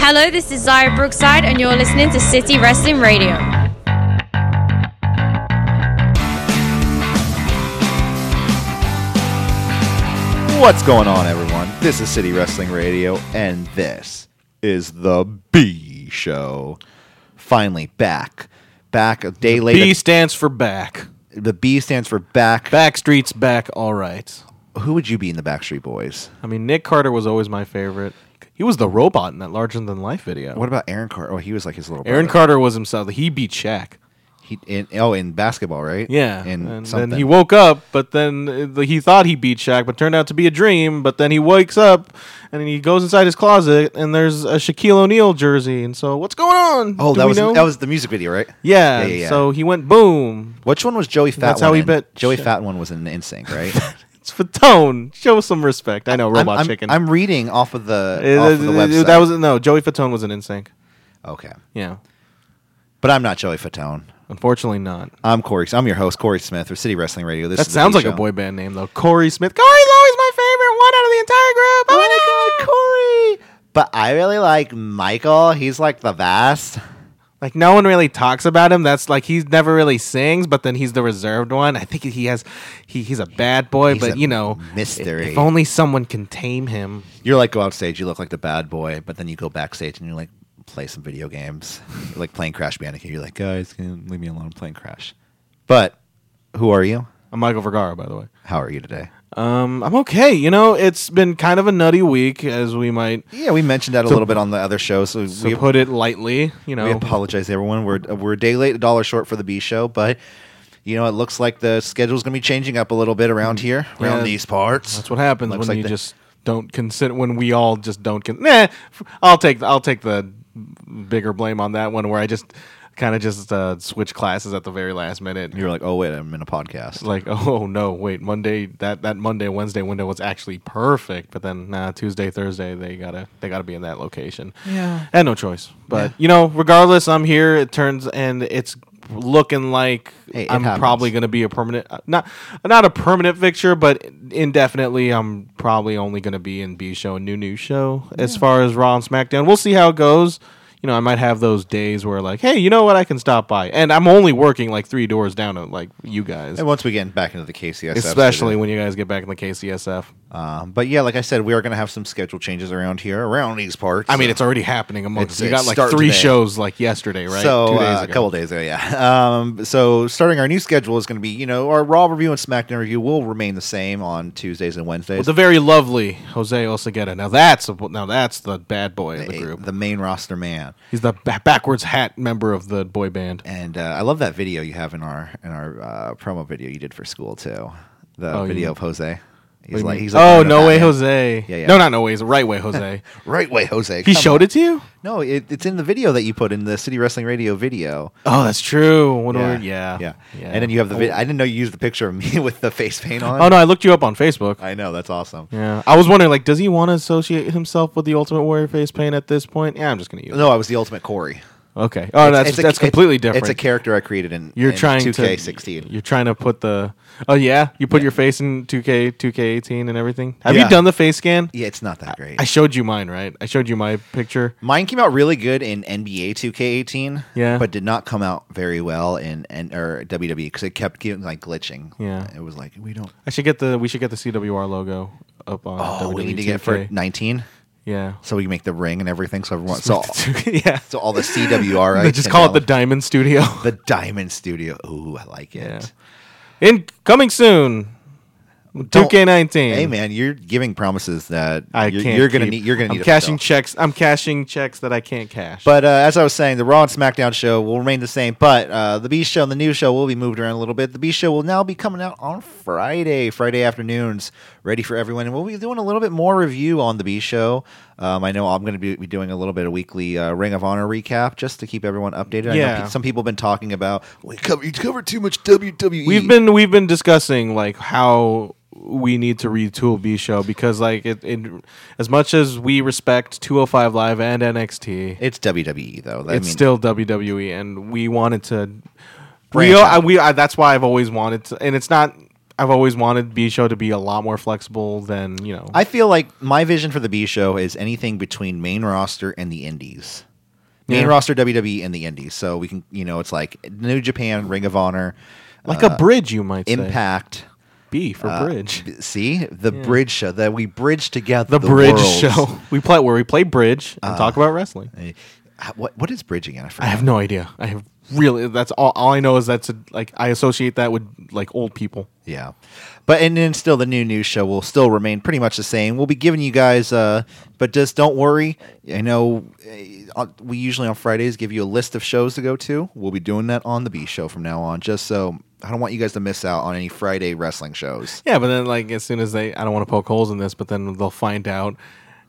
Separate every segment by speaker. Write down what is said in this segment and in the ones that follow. Speaker 1: Hello, this is Zaya Brookside, and you're listening to City Wrestling Radio.
Speaker 2: What's going on, everyone? This is City Wrestling Radio, and this is the B Show. Finally back, back a day later.
Speaker 3: B stands for back.
Speaker 2: the B stands for back.
Speaker 3: Backstreet's back, all right.
Speaker 2: Who would you be in the Backstreet Boys?
Speaker 3: I mean, Nick Carter was always my favorite. He was the robot in that Larger Than Life video.
Speaker 2: What about Aaron Carter? Oh, he was like his little
Speaker 3: Aaron
Speaker 2: brother.
Speaker 3: Carter was himself. He beat Shaq.
Speaker 2: He, in, oh, in basketball, right?
Speaker 3: Yeah.
Speaker 2: in
Speaker 3: and
Speaker 2: something.
Speaker 3: then he woke up, but then uh, the- he thought he beat Shaq, but turned out to be a dream. But then he wakes up and he goes inside his closet, and there's a Shaquille O'Neal jersey. And so, what's going on?
Speaker 2: oh,
Speaker 3: Do
Speaker 2: that
Speaker 3: we
Speaker 2: was
Speaker 3: know?
Speaker 2: that was the music video, right?
Speaker 3: Yeah,
Speaker 2: Yeah, yeah, yeah.
Speaker 3: So he went boom.
Speaker 2: Which one was Joey Fat?
Speaker 3: That's how he
Speaker 2: in?
Speaker 3: bet
Speaker 2: Joey
Speaker 3: Shaq.
Speaker 2: Fat one was in NSYNC, right?
Speaker 3: It's Fatone. Show some respect. I know,
Speaker 2: I'm,
Speaker 3: Robot
Speaker 2: I'm-
Speaker 3: Chicken.
Speaker 2: I'm reading off of the,
Speaker 3: Uh,
Speaker 2: off of the
Speaker 3: uh,
Speaker 2: website.
Speaker 3: That was no. Joey Fatone was an NSYNC.
Speaker 2: okay,
Speaker 3: Yeah,
Speaker 2: but I'm not Joey Fatone.
Speaker 3: unfortunately not.
Speaker 2: I'm Corey. I'm your host, Corey Smith, with City Wrestling Radio. This
Speaker 3: That
Speaker 2: is the
Speaker 3: sounds
Speaker 2: B
Speaker 3: like a
Speaker 2: Show.
Speaker 3: boy band name though. Corey Smith. Corey's always my favorite one out of the entire group. Oh, my god, Corey!
Speaker 2: But I really like Michael. He's like the best.
Speaker 3: Like no one really talks about him. That's like he never really sings, but then he's the reserved one. I think he has, he, he's a bad boy,
Speaker 2: He's
Speaker 3: but
Speaker 2: a
Speaker 3: you know,
Speaker 2: mystery.
Speaker 3: If only someone can tame him.
Speaker 2: You're like go outstage, you look like the bad boy, but then you go backstage and you're like play some video games, You're like playing Crash Bandicoot. You're like, guys, can you leave me alone. I'm playing Crash. But who are you?
Speaker 3: I'm Michael Vergara, by the way.
Speaker 2: How are you today?
Speaker 3: Um, I'm okay. You know, it's been kind of a nutty week, as we might
Speaker 2: Yeah, we mentioned that a little bit on the other show, so,
Speaker 3: to
Speaker 2: we,
Speaker 3: put it lightly. You know,
Speaker 2: we apologize, everyone. We're we're a day late, a dollar short for the B show, but you know it looks like the schedule's going to be changing up a little bit around here, around
Speaker 3: Mm-hmm. Yeah.
Speaker 2: these parts.
Speaker 3: That's what happens
Speaker 2: Looks
Speaker 3: when
Speaker 2: like
Speaker 3: you
Speaker 2: the-
Speaker 3: just don't consider when we all just don't con- nah, f- I'll take I'll take the bigger blame on that one where I just kind of just uh, switch classes at the very last minute.
Speaker 2: You're like, oh wait, I'm in a podcast.
Speaker 3: like, oh no, wait, Monday that that Monday Wednesday window was actually perfect, but then nah, Tuesday Thursday they gotta they gotta be in that location.
Speaker 2: Yeah.
Speaker 3: I had no choice, but you know, regardless, I'm here. It turns and it's looking like
Speaker 2: Hey, it
Speaker 3: I'm
Speaker 2: happens.
Speaker 3: probably going to be a permanent uh, not not a permanent fixture, but indefinitely. I'm probably only going to be in B show and new news show as far as Raw and SmackDown. We'll see how it goes. You know, I might have those days where like, hey, you know what, I can stop by, and I'm only working like three doors down at like you guys,
Speaker 2: And once we get back into the KCS,
Speaker 3: especially when you guys get back in the KCSF.
Speaker 2: Um, but yeah, like I said, we are going to have some schedule changes around here, around these parts.
Speaker 3: I mean, it's already happening
Speaker 2: It's-
Speaker 3: amongst you.
Speaker 2: it
Speaker 3: Got like
Speaker 2: starts
Speaker 3: three
Speaker 2: today.
Speaker 3: shows like yesterday, right?
Speaker 2: So
Speaker 3: Two days
Speaker 2: uh, a
Speaker 3: ago.
Speaker 2: couple days ago, yeah. Um, so starting our new schedule is going to be, you know, our Raw review and SmackDown review will remain the same on Tuesdays and Wednesdays.
Speaker 3: Well, the very lovely Jose Osegueda. Now that's a, now that's the bad boy of the group.
Speaker 2: the main roster man,
Speaker 3: He's the ba- backwards hat member of the boy band.
Speaker 2: and uh, I love that video you have in our in our uh, promo video you did for school too. The
Speaker 3: Oh, you-
Speaker 2: video of Jose. He's
Speaker 3: What do you
Speaker 2: like,
Speaker 3: mean?
Speaker 2: he's like,
Speaker 3: oh, no way,
Speaker 2: Batman.
Speaker 3: Jose.
Speaker 2: Yeah, yeah.
Speaker 3: No, not no way. It's right way, Jose.
Speaker 2: Right way, Jose. Come
Speaker 3: he showed
Speaker 2: on.
Speaker 3: it to you.
Speaker 2: No, it, it's in the video that you put in the City Wrestling Radio video.
Speaker 3: Oh, that's true. What yeah.
Speaker 2: yeah,
Speaker 3: yeah,
Speaker 2: And then you have the. Vi- I didn't know you used the picture of me with the face paint on.
Speaker 3: Oh no, I looked you up on Facebook.
Speaker 2: I know that's awesome.
Speaker 3: yeah, I was wondering like, does he want to associate himself with the Ultimate Warrior face paint at this point? Yeah, I'm just gonna use. it.
Speaker 2: No, I was the ultimate Corey.
Speaker 3: Okay. Oh, that's
Speaker 2: a-
Speaker 3: that's completely different.
Speaker 2: It's a character I created in.
Speaker 3: You're trying
Speaker 2: two K
Speaker 3: to
Speaker 2: sixteen.
Speaker 3: You're trying to put the. Oh yeah, you put your face in 2K, 2K18, and everything. Have
Speaker 2: Yeah.
Speaker 3: you done the face scan?
Speaker 2: Yeah, it's not that great.
Speaker 3: I showed you mine, right? I showed you my picture.
Speaker 2: Mine came out really good in NBA 2K18,
Speaker 3: Yeah.
Speaker 2: but did not come out very well in and or WWE because it kept getting like glitching.
Speaker 3: Yeah.
Speaker 2: it was like we don't.
Speaker 3: I should get the. We should get the CWR logo up on.
Speaker 2: Oh,
Speaker 3: WWE
Speaker 2: we need to get for
Speaker 3: 2K.
Speaker 2: nineteen,
Speaker 3: Yeah.
Speaker 2: so we can make the ring and everything. So everyone, so
Speaker 3: yeah.
Speaker 2: so all the CWR.
Speaker 3: They just call it the Diamond Studio.
Speaker 2: the Diamond Studio. Ooh, I like it.
Speaker 3: Yeah. In coming soon. 2K19.
Speaker 2: Hey man, you're giving promises that
Speaker 3: I
Speaker 2: you're,
Speaker 3: can't.
Speaker 2: you're gonna
Speaker 3: keep-
Speaker 2: need. You're gonna
Speaker 3: I'm
Speaker 2: need. to
Speaker 3: cashing
Speaker 2: fulfill.
Speaker 3: checks. I'm cashing checks that I can't cash.
Speaker 2: But uh, as I was saying, the Raw and SmackDown show will remain the same, but uh, the B show and the new show will be moved around a little bit. The B show will now be coming out on Friday, Friday afternoons, ready for everyone. And we'll be doing a little bit more review on the B show. Um, I know I'm going to be, be doing a little bit of weekly uh, Ring of Honor recap just to keep everyone updated. I know
Speaker 3: Yeah.
Speaker 2: pe- some people have been talking about we cover, you cover too much E." WWE.
Speaker 3: we've been we've been discussing like how we need to retool B show because like it, it as much as we respect 205 live and NXT,
Speaker 2: It's WWE though. I
Speaker 3: it's
Speaker 2: mean,
Speaker 3: still WWE, and we wanted to.
Speaker 2: Branch
Speaker 3: we,
Speaker 2: out.
Speaker 3: I, we I, that's why I've always wanted to, and it's not. I've always wanted B show to be a lot more flexible than you know.
Speaker 2: I feel like my vision for the B show is anything between main roster and the indies. Main
Speaker 3: Yeah.
Speaker 2: roster WWE and the indies. So we can, you know, it's like New Japan, Ring of Honor,
Speaker 3: like a bridge, you might say.
Speaker 2: uh, Impact. uh,
Speaker 3: B for bridge.
Speaker 2: B- See the bridge show that we bridge together.
Speaker 3: The, bridge
Speaker 2: worlds.
Speaker 3: show. We play where we play bridge and talk about wrestling.
Speaker 2: Uh, What what is bridge again? I
Speaker 3: I
Speaker 2: forgot.
Speaker 3: have no idea. I have really that's all. All I know is that's a, like I associate that with like old people.
Speaker 2: Yeah. But and then still the new news show will still remain pretty much the same. We'll be giving you guys uh but just don't worry. I know uh, we usually on Fridays give you a list of shows to go to. We'll be doing that on the B show from now on just so I don't want you guys to miss out on any Friday wrestling shows.
Speaker 3: Yeah, but then like as soon as they, I don't want to poke holes in this, but then they'll find out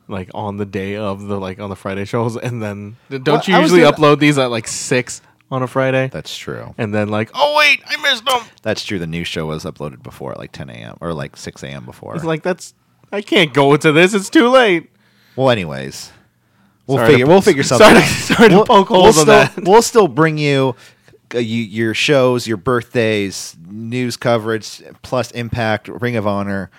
Speaker 3: like on the day of the like on the Friday shows, and then don't
Speaker 2: Well,
Speaker 3: you
Speaker 2: I was
Speaker 3: usually
Speaker 2: gonna-
Speaker 3: upload these at like six on a Friday,
Speaker 2: That's true.
Speaker 3: and then like oh wait, I missed them.
Speaker 2: That's true. The news show was uploaded before at like 10 a.m. or like 6 a.m. before.
Speaker 3: It's like that's I can't go into this. It's too late.
Speaker 2: Well, anyways, we'll
Speaker 3: Sorry to-
Speaker 2: figure we'll figure something.
Speaker 3: sorry to-
Speaker 2: out.
Speaker 3: sorry to
Speaker 2: we'll,
Speaker 3: poke holes
Speaker 2: we'll
Speaker 3: on
Speaker 2: still,
Speaker 3: that.
Speaker 2: We'll still bring you, uh, you your shows, your birthdays, news coverage, plus Impact, Ring of Honor,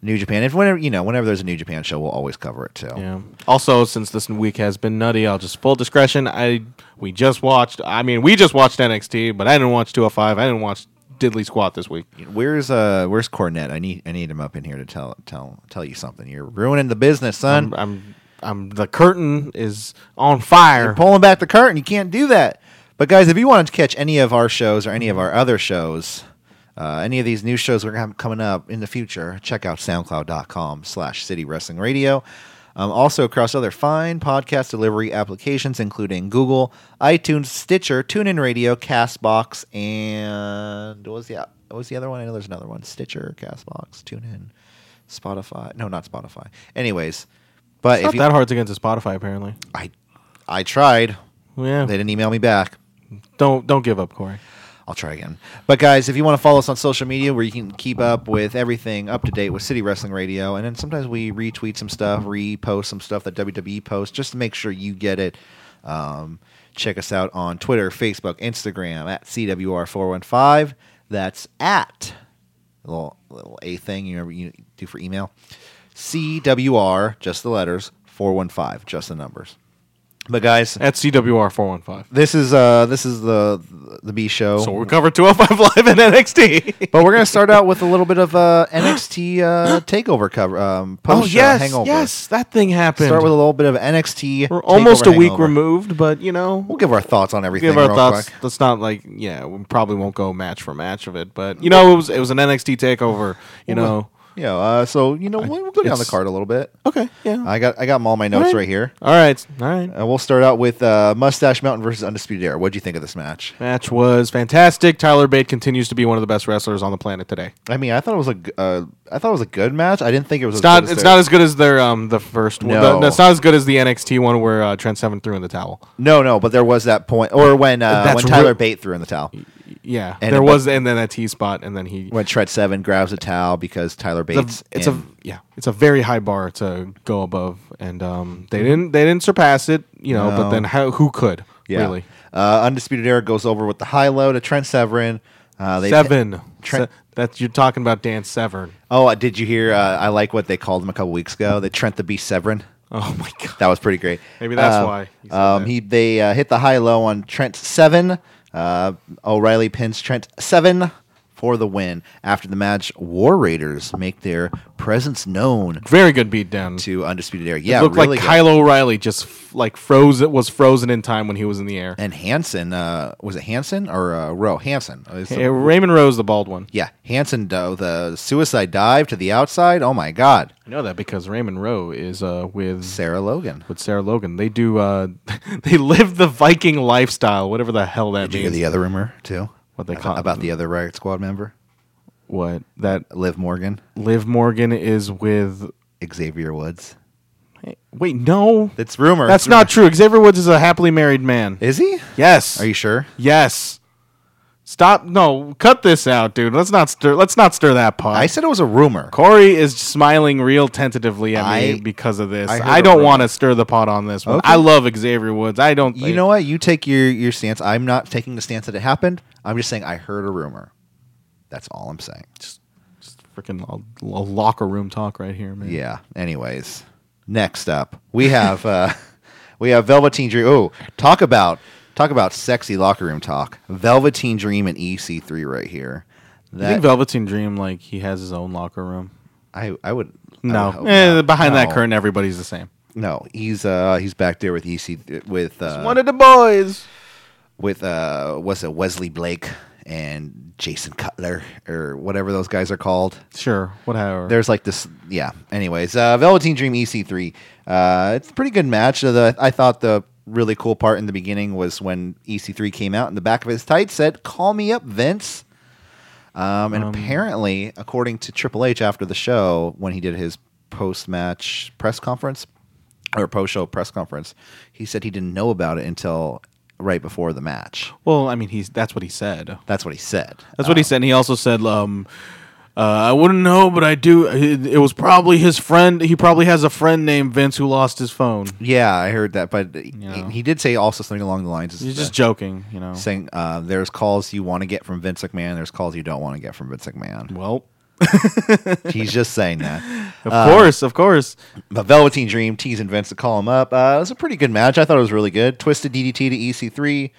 Speaker 2: New Japan. If whenever you know, whenever there's a New Japan show, we'll always cover it too.
Speaker 3: Yeah. Also, since this week has been nutty, I'll just full discretion. I we just watched. I mean, we just watched NXT, but I didn't watch 205. I didn't watch Diddley Squat this week.
Speaker 2: Where's uh Where's Cornette? I need I need him up in here to tell tell tell you something. You're ruining the business, son.
Speaker 3: I'm, I'm, I'm the curtain is on fire.
Speaker 2: pulling back the curtain. You can't do that. But guys, if you want to catch any of our shows or any of our other shows, uh, any of these new shows we're gonna have coming up in the future, check out soundcloud.com slash city wrestling radio. Um, also across other fine podcast delivery applications, including Google, iTunes, Stitcher, TuneIn Radio, Castbox, and what was the what was the other one? I know there's another one. Stitcher, Castbox, TuneIn, Spotify. No, not Spotify. Anyways, but
Speaker 3: It's
Speaker 2: if
Speaker 3: not
Speaker 2: you,
Speaker 3: that hard to get into Spotify, apparently.
Speaker 2: I I tried.
Speaker 3: Yeah.
Speaker 2: They didn't email me back.
Speaker 3: don't don't give up, Corey.
Speaker 2: I'll try again. But guys, if you want to follow us on social media where you can keep up with everything up to date with City Wrestling Radio, and then sometimes we retweet some stuff, repost some stuff that WWE posts just to make sure you get it. Um, check us out on Twitter, Facebook, Instagram at CWR415. That's at little little a thing you remember you do for email. CWR, just the letters, 415, just the numbers. But guys,
Speaker 3: At CWR four one five.
Speaker 2: this is uh this is the the B show.
Speaker 3: So we covered 205 live and NXT.
Speaker 2: But we're gonna start out with a little bit of uh, NXT uh, takeover cover. Um, post uh, hangover.
Speaker 3: Oh, yes, that thing happened.
Speaker 2: Start with a little bit of NXT.
Speaker 3: We're almost a
Speaker 2: Takeover
Speaker 3: week
Speaker 2: hangover.
Speaker 3: removed, but you know,
Speaker 2: We'll give our thoughts on everything.
Speaker 3: give our
Speaker 2: real
Speaker 3: thoughts.
Speaker 2: quick.
Speaker 3: Let's not like yeah, we probably won't go match for match of it, but you know it was it was an NXT takeover. You know,
Speaker 2: Yeah. Uh, so you know we'll, we'll go down the
Speaker 3: it's-
Speaker 2: card a little bit.
Speaker 3: okay, yeah,
Speaker 2: I got I got 'em all my notes
Speaker 3: Alright.
Speaker 2: right here.
Speaker 3: all right, all right.
Speaker 2: Uh, we'll start out with uh, Mustache Mountain versus Undisputed Era. What'd you think of this match?
Speaker 3: Match was fantastic. Tyler Bate continues to be one of the best wrestlers on the planet today.
Speaker 2: I mean, I thought it was a g- uh, I thought it was a good match. I didn't think it was. as
Speaker 3: It's not.
Speaker 2: good as
Speaker 3: It's
Speaker 2: their-
Speaker 3: not as good as their um the first one.
Speaker 2: No.
Speaker 3: The- it's not as good as the NXT one where uh, Trent Seven threw in the towel.
Speaker 2: No, no. But there was that point, or when uh,
Speaker 3: That's
Speaker 2: when Tyler
Speaker 3: real-
Speaker 2: Bate threw in the towel.
Speaker 3: Yeah,
Speaker 2: And
Speaker 3: there
Speaker 2: it-
Speaker 3: was and then that T spot and then he.
Speaker 2: When Tread Seven grabs a towel because Tyler Bates.
Speaker 3: It's, it's a
Speaker 2: and-
Speaker 3: yeah, it's a very high bar to go above, and um they didn't they didn't surpass it, you know.
Speaker 2: No.
Speaker 3: But then how who could
Speaker 2: Yeah.
Speaker 3: really?
Speaker 2: Uh, Undisputed Era goes over with the high low to Trent Severin. Uh, they
Speaker 3: Seven.
Speaker 2: Trent-
Speaker 3: Se- that's you're talking about Dan Severn.
Speaker 2: oh, uh, did you hear? Uh, I like what they called him a couple weeks ago. They Trent the Beast Severin.
Speaker 3: Oh my god.
Speaker 2: That was pretty great.
Speaker 3: Maybe that's
Speaker 2: Um,
Speaker 3: why he said
Speaker 2: um,
Speaker 3: that.
Speaker 2: he they uh, hit the high low on Trent Seven. Uh, O'Reilly pins Trent Seven for the win. After the match, War Raiders make their presence known
Speaker 3: Very good beat down.
Speaker 2: to Undisputed Era. Yeah,
Speaker 3: Looked
Speaker 2: really
Speaker 3: like
Speaker 2: good.
Speaker 3: Kyle O'Reilly just f- like froze it was frozen in time when he was in the air.
Speaker 2: and Hanson. Uh, was it Hanson or uh, Rowe? Hanson. It's the-
Speaker 3: Hey, Raymond Rose, the bald one.
Speaker 2: Yeah, Hanson though the suicide dive to the outside. Oh my God,
Speaker 3: I know that because Raymond Rowe is uh with
Speaker 2: Sarah Logan.
Speaker 3: with Sarah Logan. They do uh they live the Viking lifestyle, whatever the hell that
Speaker 2: Did you hear
Speaker 3: means.
Speaker 2: the other rumor too?
Speaker 3: What they
Speaker 2: Ab-
Speaker 3: call-
Speaker 2: about the other Riot Squad member,
Speaker 3: what that
Speaker 2: Liv Morgan,
Speaker 3: Liv Morgan is with
Speaker 2: Xavier Woods.
Speaker 3: Wait, no.
Speaker 2: It's rumor.
Speaker 3: That's
Speaker 2: It's rumor.
Speaker 3: not true. Xavier Woods is a happily married man.
Speaker 2: Is he?
Speaker 3: Yes.
Speaker 2: Are you sure?
Speaker 3: Yes. Stop. No, cut this out, dude. Let's not stir. Let's not stir that pot.
Speaker 2: I said it was a rumor.
Speaker 3: Corey is smiling real tentatively at
Speaker 2: I-
Speaker 3: me because of this.
Speaker 2: I heard
Speaker 3: I,
Speaker 2: a
Speaker 3: don't
Speaker 2: rumor.
Speaker 3: want to stir the pot on this one.
Speaker 2: Okay.
Speaker 3: I love Xavier Woods. I don't.
Speaker 2: You
Speaker 3: think-
Speaker 2: know what? You take your your stance. I'm not taking the stance that it happened. I'm just saying I heard a rumor. That's all I'm saying.
Speaker 3: Freaking lo- lo- locker room talk right here, man.
Speaker 2: Yeah. Anyways, next up we have uh, we have Velveteen Dream. Oh, talk about talk about sexy locker room talk. Velveteen Dream and EC3 right here.
Speaker 3: I
Speaker 2: That
Speaker 3: think Velveteen Dream like he has his own locker room.
Speaker 2: I I would I would
Speaker 3: No,
Speaker 2: hope
Speaker 3: Eh,
Speaker 2: not.
Speaker 3: behind that
Speaker 2: No.
Speaker 3: curtain, everybody's the same.
Speaker 2: No, he's uh he's back there with EC with uh,
Speaker 3: the boys.
Speaker 2: with uh what's it Wesley Blake and Jason Cutler or whatever those guys are called.
Speaker 3: Sure, whatever.
Speaker 2: There's like this, yeah. Anyways, uh, Velveteen Dream EC3. Uh, it's a pretty good match. Uh, The, I thought the really cool part in the beginning was when EC3 came out and the back of his tights said, "Call me up, Vince." Um, and apparently, according to Triple H after the show, when he did his post-match press conference or post-show press conference, he said he didn't know about it until right before the match.
Speaker 3: well, I mean, he's that's what he said.
Speaker 2: That's what he said.
Speaker 3: That's what he said. And he also said, um, uh, I wouldn't know, but I do. It, it was probably his friend. He probably has a friend named Vince who lost his phone.
Speaker 2: Yeah, I heard that, but he-
Speaker 3: Yeah.
Speaker 2: he, did say also something along the lines.
Speaker 3: He's
Speaker 2: that-
Speaker 3: just joking, you know.
Speaker 2: saying uh, there's calls you want to get from Vince McMahon, there's calls you don't want to get from Vince McMahon.
Speaker 3: Well,
Speaker 2: He's just saying that.
Speaker 3: of course, of course.
Speaker 2: But Velveteen Dream teasing Vince to call him up. Uh, it was a pretty good match. I thought it was really good. Twisted DDT to EC3.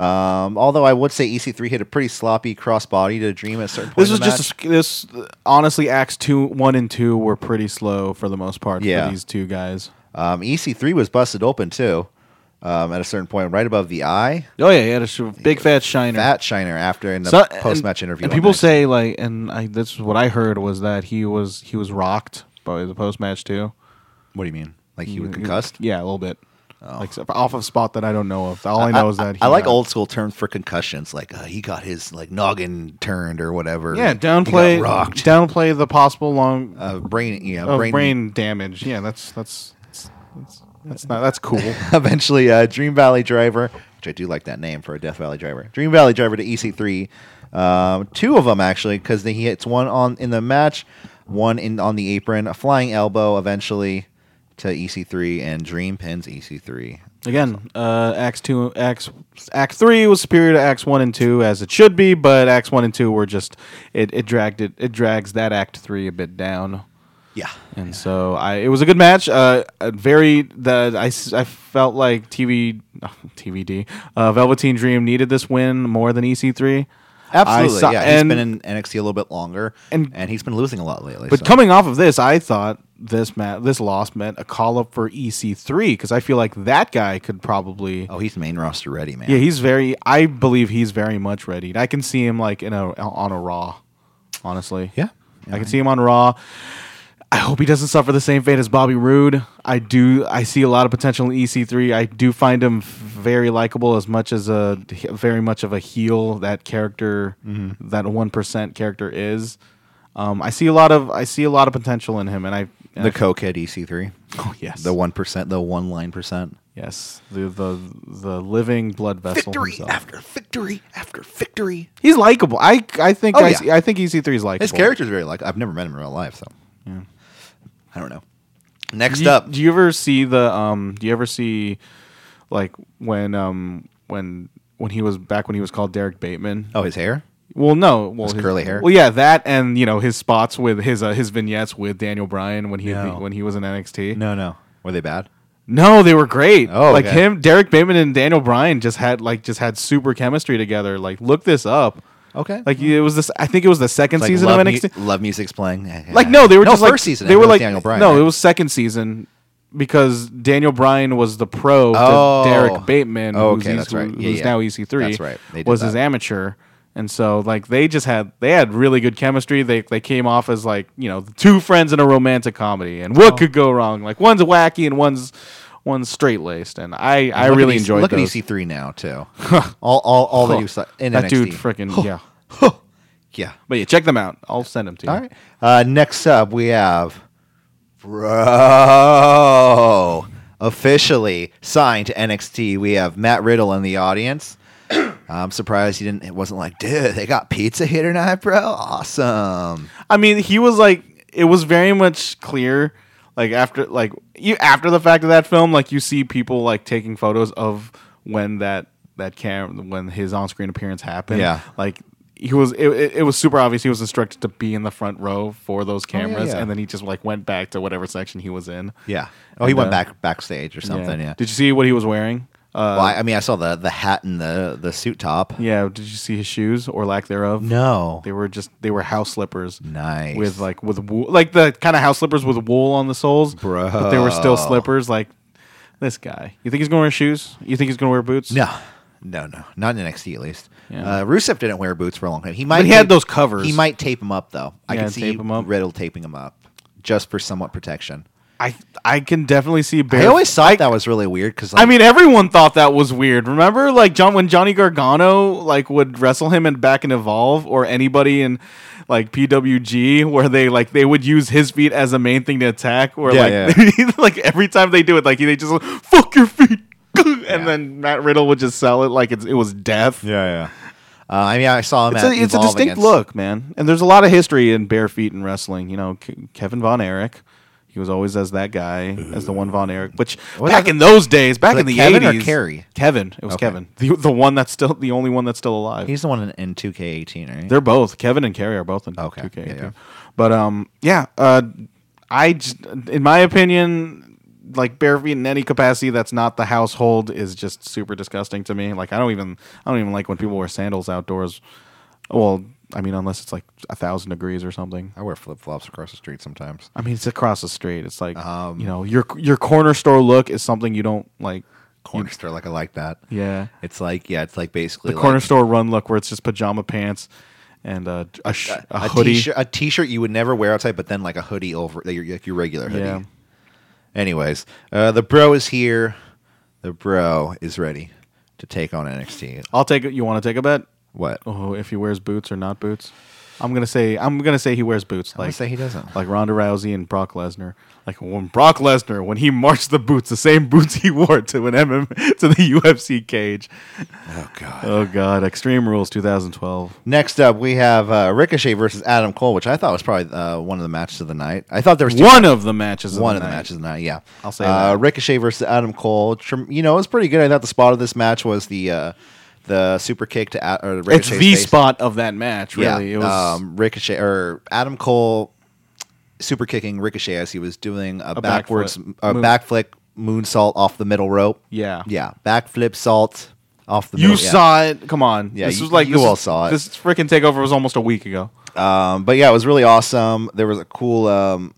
Speaker 2: Um, although I would say EC3 hit a pretty sloppy crossbody to Dream at a certain point.
Speaker 3: This
Speaker 2: in
Speaker 3: was
Speaker 2: the
Speaker 3: just a,
Speaker 2: match.
Speaker 3: sk- this. Honestly, acts two, one, and two were pretty slow for the most part
Speaker 2: Yeah.
Speaker 3: for these two guys.
Speaker 2: um, EC3 was busted open too um, at a certain point, right above the eye.
Speaker 3: Oh yeah, he had a sh- big fat shiner.
Speaker 2: That Shiner after in the
Speaker 3: So-
Speaker 2: post match
Speaker 3: and-
Speaker 2: interview.
Speaker 3: And
Speaker 2: on
Speaker 3: people
Speaker 2: Raw.
Speaker 3: say like, and I, this is what I heard was that he was he was rocked by the post match too.
Speaker 2: "What do you mean? Like
Speaker 3: Mm,
Speaker 2: he was concussed?" Oh.
Speaker 3: Yeah, a little bit. Like off of spot that I don't know of. All I know is that
Speaker 2: I like
Speaker 3: got-
Speaker 2: old school terms for concussions, like uh, he got his like noggin turned or whatever.
Speaker 3: Yeah,
Speaker 2: He got
Speaker 3: downplay
Speaker 2: rocked,
Speaker 3: downplay the possible long
Speaker 2: uh, brain, yeah,
Speaker 3: of
Speaker 2: brain.
Speaker 3: brain, damage. Yeah, that's that's that's, that's, that's not that's cool.
Speaker 2: Eventually, uh, Dream Valley Driver, which I do like that name for a Death Valley Driver. Dream Valley Driver to EC3, um, two of them actually, because he hits one on in the match, one in on the apron, a flying elbow eventually to EC3, and Dream pins E EC3.
Speaker 3: Again, uh, Acts two, Acts Act three was superior to Acts one and two as it should be, but Acts one and two were just it, it dragged it it drags that Act three a bit down,
Speaker 2: Yeah,
Speaker 3: and so I it was a good match. Uh, a very the I, s- I felt like TV TVD uh, Velveteen Dream needed this win more than EC three.
Speaker 2: absolutely. yeah, he's
Speaker 3: and,
Speaker 2: been in NXT a little bit longer,
Speaker 3: and-
Speaker 2: and, he's been losing a lot lately.
Speaker 3: But
Speaker 2: so-
Speaker 3: coming off of this, I thought this ma- this loss meant a call up for E EC3 because I feel like that guy could probably.
Speaker 2: oh, he's main roster ready, man.
Speaker 3: Yeah, he's very. I believe he's very much ready. I can see him like in a on a Raw. Honestly,
Speaker 2: Yeah.
Speaker 3: I can see him on Raw. I hope he doesn't suffer the same fate as Bobby Roode. I do. I see a lot of potential in EC3. I do find him very likable, as much as a very much of a heel that character,
Speaker 2: Mm-hmm.
Speaker 3: that one percent character is. Um, I see a lot of I see a lot of potential in him, and I and
Speaker 2: The
Speaker 3: I-
Speaker 2: cokehead EC3.
Speaker 3: oh, yes
Speaker 2: The 1%, the one line percent.
Speaker 3: yes the the the living blood vessel himself.
Speaker 2: victory after victory.
Speaker 3: He's likable. I I think
Speaker 2: Oh,
Speaker 3: I,
Speaker 2: yeah.
Speaker 3: see- I think EC3 is likable.
Speaker 2: His character's very like I've never met him in real life, so. I don't know. Next
Speaker 3: Do you,
Speaker 2: up,
Speaker 3: do you ever see the um? Do you ever see like when um when when he was back when he was called Derek Bateman?
Speaker 2: oh, his hair?
Speaker 3: Well, no, well
Speaker 2: His curly hair?
Speaker 3: Well, yeah, that and you know his spots with his uh, his vignettes with Daniel Bryan when he
Speaker 2: No.
Speaker 3: when he was in NXT.
Speaker 2: No, no. Were they bad?
Speaker 3: No, they were great.
Speaker 2: Oh,
Speaker 3: like
Speaker 2: okay.
Speaker 3: him, Derek Bateman and Daniel Bryan just had like just had super chemistry together. Like look this up.
Speaker 2: Okay.
Speaker 3: Like it was this. I think it was the second
Speaker 2: Like,
Speaker 3: season
Speaker 2: love,
Speaker 3: of
Speaker 2: mu-
Speaker 3: NXT.
Speaker 2: love music's playing.
Speaker 3: Like no, they were just
Speaker 2: first
Speaker 3: like
Speaker 2: season.
Speaker 3: They
Speaker 2: it
Speaker 3: were
Speaker 2: was
Speaker 3: like
Speaker 2: Daniel Bryan.
Speaker 3: No,
Speaker 2: right?
Speaker 3: it was second season because Daniel Bryan was the pro
Speaker 2: Oh.
Speaker 3: to Derek Bateman,
Speaker 2: Oh,
Speaker 3: who's,
Speaker 2: okay, that's right. Yeah,
Speaker 3: who's
Speaker 2: yeah.
Speaker 3: now EC three.
Speaker 2: That's right. They did
Speaker 3: Was his
Speaker 2: that.
Speaker 3: amateur, and so like they just had they had really good chemistry. They they came off as like you know two friends in a romantic comedy, and
Speaker 2: Oh.
Speaker 3: what could go wrong? Like one's wacky and one's one's straight laced, and I I
Speaker 2: Look at
Speaker 3: really
Speaker 2: EC
Speaker 3: enjoyed
Speaker 2: Look
Speaker 3: those.
Speaker 2: at EC3 now, too. all all, all that he was in
Speaker 3: that
Speaker 2: NXT.
Speaker 3: dude freaking yeah.
Speaker 2: Yeah.
Speaker 3: But yeah, check them out. I'll send them to you.
Speaker 2: All right. Uh, next up, we have Bro. Officially signed to NXT. We have Matt Riddle in the audience. I'm surprised he didn't. It wasn't like, dude, they got pizza here tonight, bro. Awesome.
Speaker 3: I mean, he was like, it was very much clear, like after, like you after the fact of that film, like you see people like taking photos of when that that cam when his on screen appearance happened.
Speaker 2: Yeah.
Speaker 3: like he was it, it, it was super obvious he was instructed to be in the front row for those cameras
Speaker 2: Oh, yeah.
Speaker 3: and then he just like went back to whatever section he was in
Speaker 2: Yeah. Oh, he
Speaker 3: And,
Speaker 2: went
Speaker 3: uh,
Speaker 2: back backstage or something. Yeah.
Speaker 3: did you see what he was wearing uh
Speaker 2: well, I, I mean, I saw the the hat and the the suit top.
Speaker 3: yeah did you see his shoes or lack thereof
Speaker 2: No.
Speaker 3: they were just they were house slippers
Speaker 2: Nice.
Speaker 3: with like with wool like the kind of house slippers with wool on the soles but they were still
Speaker 2: Bro.
Speaker 3: slippers like this guy you think he's gonna wear shoes you think he's gonna wear boots
Speaker 2: No. No, no, not in NXT at least.
Speaker 3: Yeah.
Speaker 2: Uh, Rusev didn't wear boots for a long time. He might.
Speaker 3: he had
Speaker 2: tape-
Speaker 3: those covers.
Speaker 2: He might tape them up though. I
Speaker 3: Yeah,
Speaker 2: can see
Speaker 3: tape 'em up.
Speaker 2: Riddle taping them up just for somewhat protection.
Speaker 3: i i can definitely see bare
Speaker 2: I always thought that was really weird because
Speaker 3: I mean, everyone thought that was weird. Remember, like John when Johnny Gargano like would wrestle him and back and evolve, or anybody in like PWG where they like they would use his feet as a main thing to attack, or
Speaker 2: Yeah,
Speaker 3: like like every time they do it, like they just like, fuck your feet, and then Matt Riddle would just sell it like it's, it was death.
Speaker 2: yeah, yeah. Uh, I mean, I saw him.
Speaker 3: It's
Speaker 2: at
Speaker 3: a, it's a
Speaker 2: Evolve
Speaker 3: distinct
Speaker 2: against-
Speaker 3: look, man, and there's a lot of history in bare feet in wrestling. You know, Ke- Kevin Von Erich, he was always as that guy, as the one Von Erich. Which
Speaker 2: Was
Speaker 3: back
Speaker 2: that-
Speaker 3: in those days, back
Speaker 2: was
Speaker 3: in
Speaker 2: it
Speaker 3: the
Speaker 2: Kevin or
Speaker 3: 80s,
Speaker 2: Kerry?
Speaker 3: Kevin, it was
Speaker 2: Okay.
Speaker 3: Kevin, the the one that's still the only one that's still alive.
Speaker 2: He's the one in, in 2K18, right?
Speaker 3: They're both Kevin and Kerry are both in
Speaker 2: Okay,
Speaker 3: 2K.
Speaker 2: yeah, yeah.
Speaker 3: But um, yeah, uh, I just, in my opinion. Like bare feet in any capacity that's not the household is just super disgusting to me. Like I don't even I don't even like when people wear sandals outdoors. Well, I mean unless it's like a thousand degrees or something.
Speaker 2: I wear flip flops across the street sometimes.
Speaker 3: I mean, it's across the street. It's like
Speaker 2: Um,
Speaker 3: you know your your corner store look is something you don't like.
Speaker 2: Corner store, like I like that.
Speaker 3: Yeah,
Speaker 2: It's like yeah, it's like basically
Speaker 3: the corner store run look where it's just pajama pants and uh, a sh- a,
Speaker 2: like
Speaker 3: hoodie.
Speaker 2: T-shirt, a t-shirt you would never wear outside, but then like a hoodie over like your, like your regular hoodie.
Speaker 3: Yeah.
Speaker 2: Anyways, uh, the bro is here. The bro is ready to take on NXT.
Speaker 3: I'll take it. You want to take a bet?
Speaker 2: What?
Speaker 3: Oh, if he wears boots or not boots. I'm gonna say I'm gonna say he wears boots.
Speaker 2: gonna
Speaker 3: Like
Speaker 2: say he doesn't.
Speaker 3: Like Ronda Rousey and Brock Lesnar. Like when Brock Lesnar when he marched the boots, the same boots he wore to an MM to the UFC cage.
Speaker 2: Oh god.
Speaker 3: Oh God! Extreme Rules 2012.
Speaker 2: Next up, we have uh, Ricochet versus Adam Cole, which I thought was probably uh, one of the matches of the night. I thought there was two
Speaker 3: One of the matches.
Speaker 2: one of
Speaker 3: of the,
Speaker 2: the
Speaker 3: night.
Speaker 2: matches of the night. Yeah,
Speaker 3: I'll say
Speaker 2: uh,
Speaker 3: that.
Speaker 2: Ricochet versus Adam Cole. Trem- You know, it was pretty good. I thought the spot of this match was the uh, the super kick to Ad- or
Speaker 3: It's
Speaker 2: Ricochet's
Speaker 3: the
Speaker 2: face.
Speaker 3: spot of that match. Really,
Speaker 2: yeah,
Speaker 3: it was
Speaker 2: um, Ricochet or Adam Cole super kicking Ricochet as he was doing a,
Speaker 3: back
Speaker 2: backwards
Speaker 3: flip.
Speaker 2: a
Speaker 3: Moon-
Speaker 2: backflip moonsault off the middle rope.
Speaker 3: Yeah.
Speaker 2: yeah, backflip salt off the.
Speaker 3: You
Speaker 2: middle, yeah.
Speaker 3: saw it. Come on.
Speaker 2: Yeah,
Speaker 3: this
Speaker 2: you-
Speaker 3: was like
Speaker 2: you
Speaker 3: this
Speaker 2: all
Speaker 3: was-
Speaker 2: saw it.
Speaker 3: This freaking takeover was almost a week ago.
Speaker 2: Um, but yeah, it was really awesome. There was a cool, um,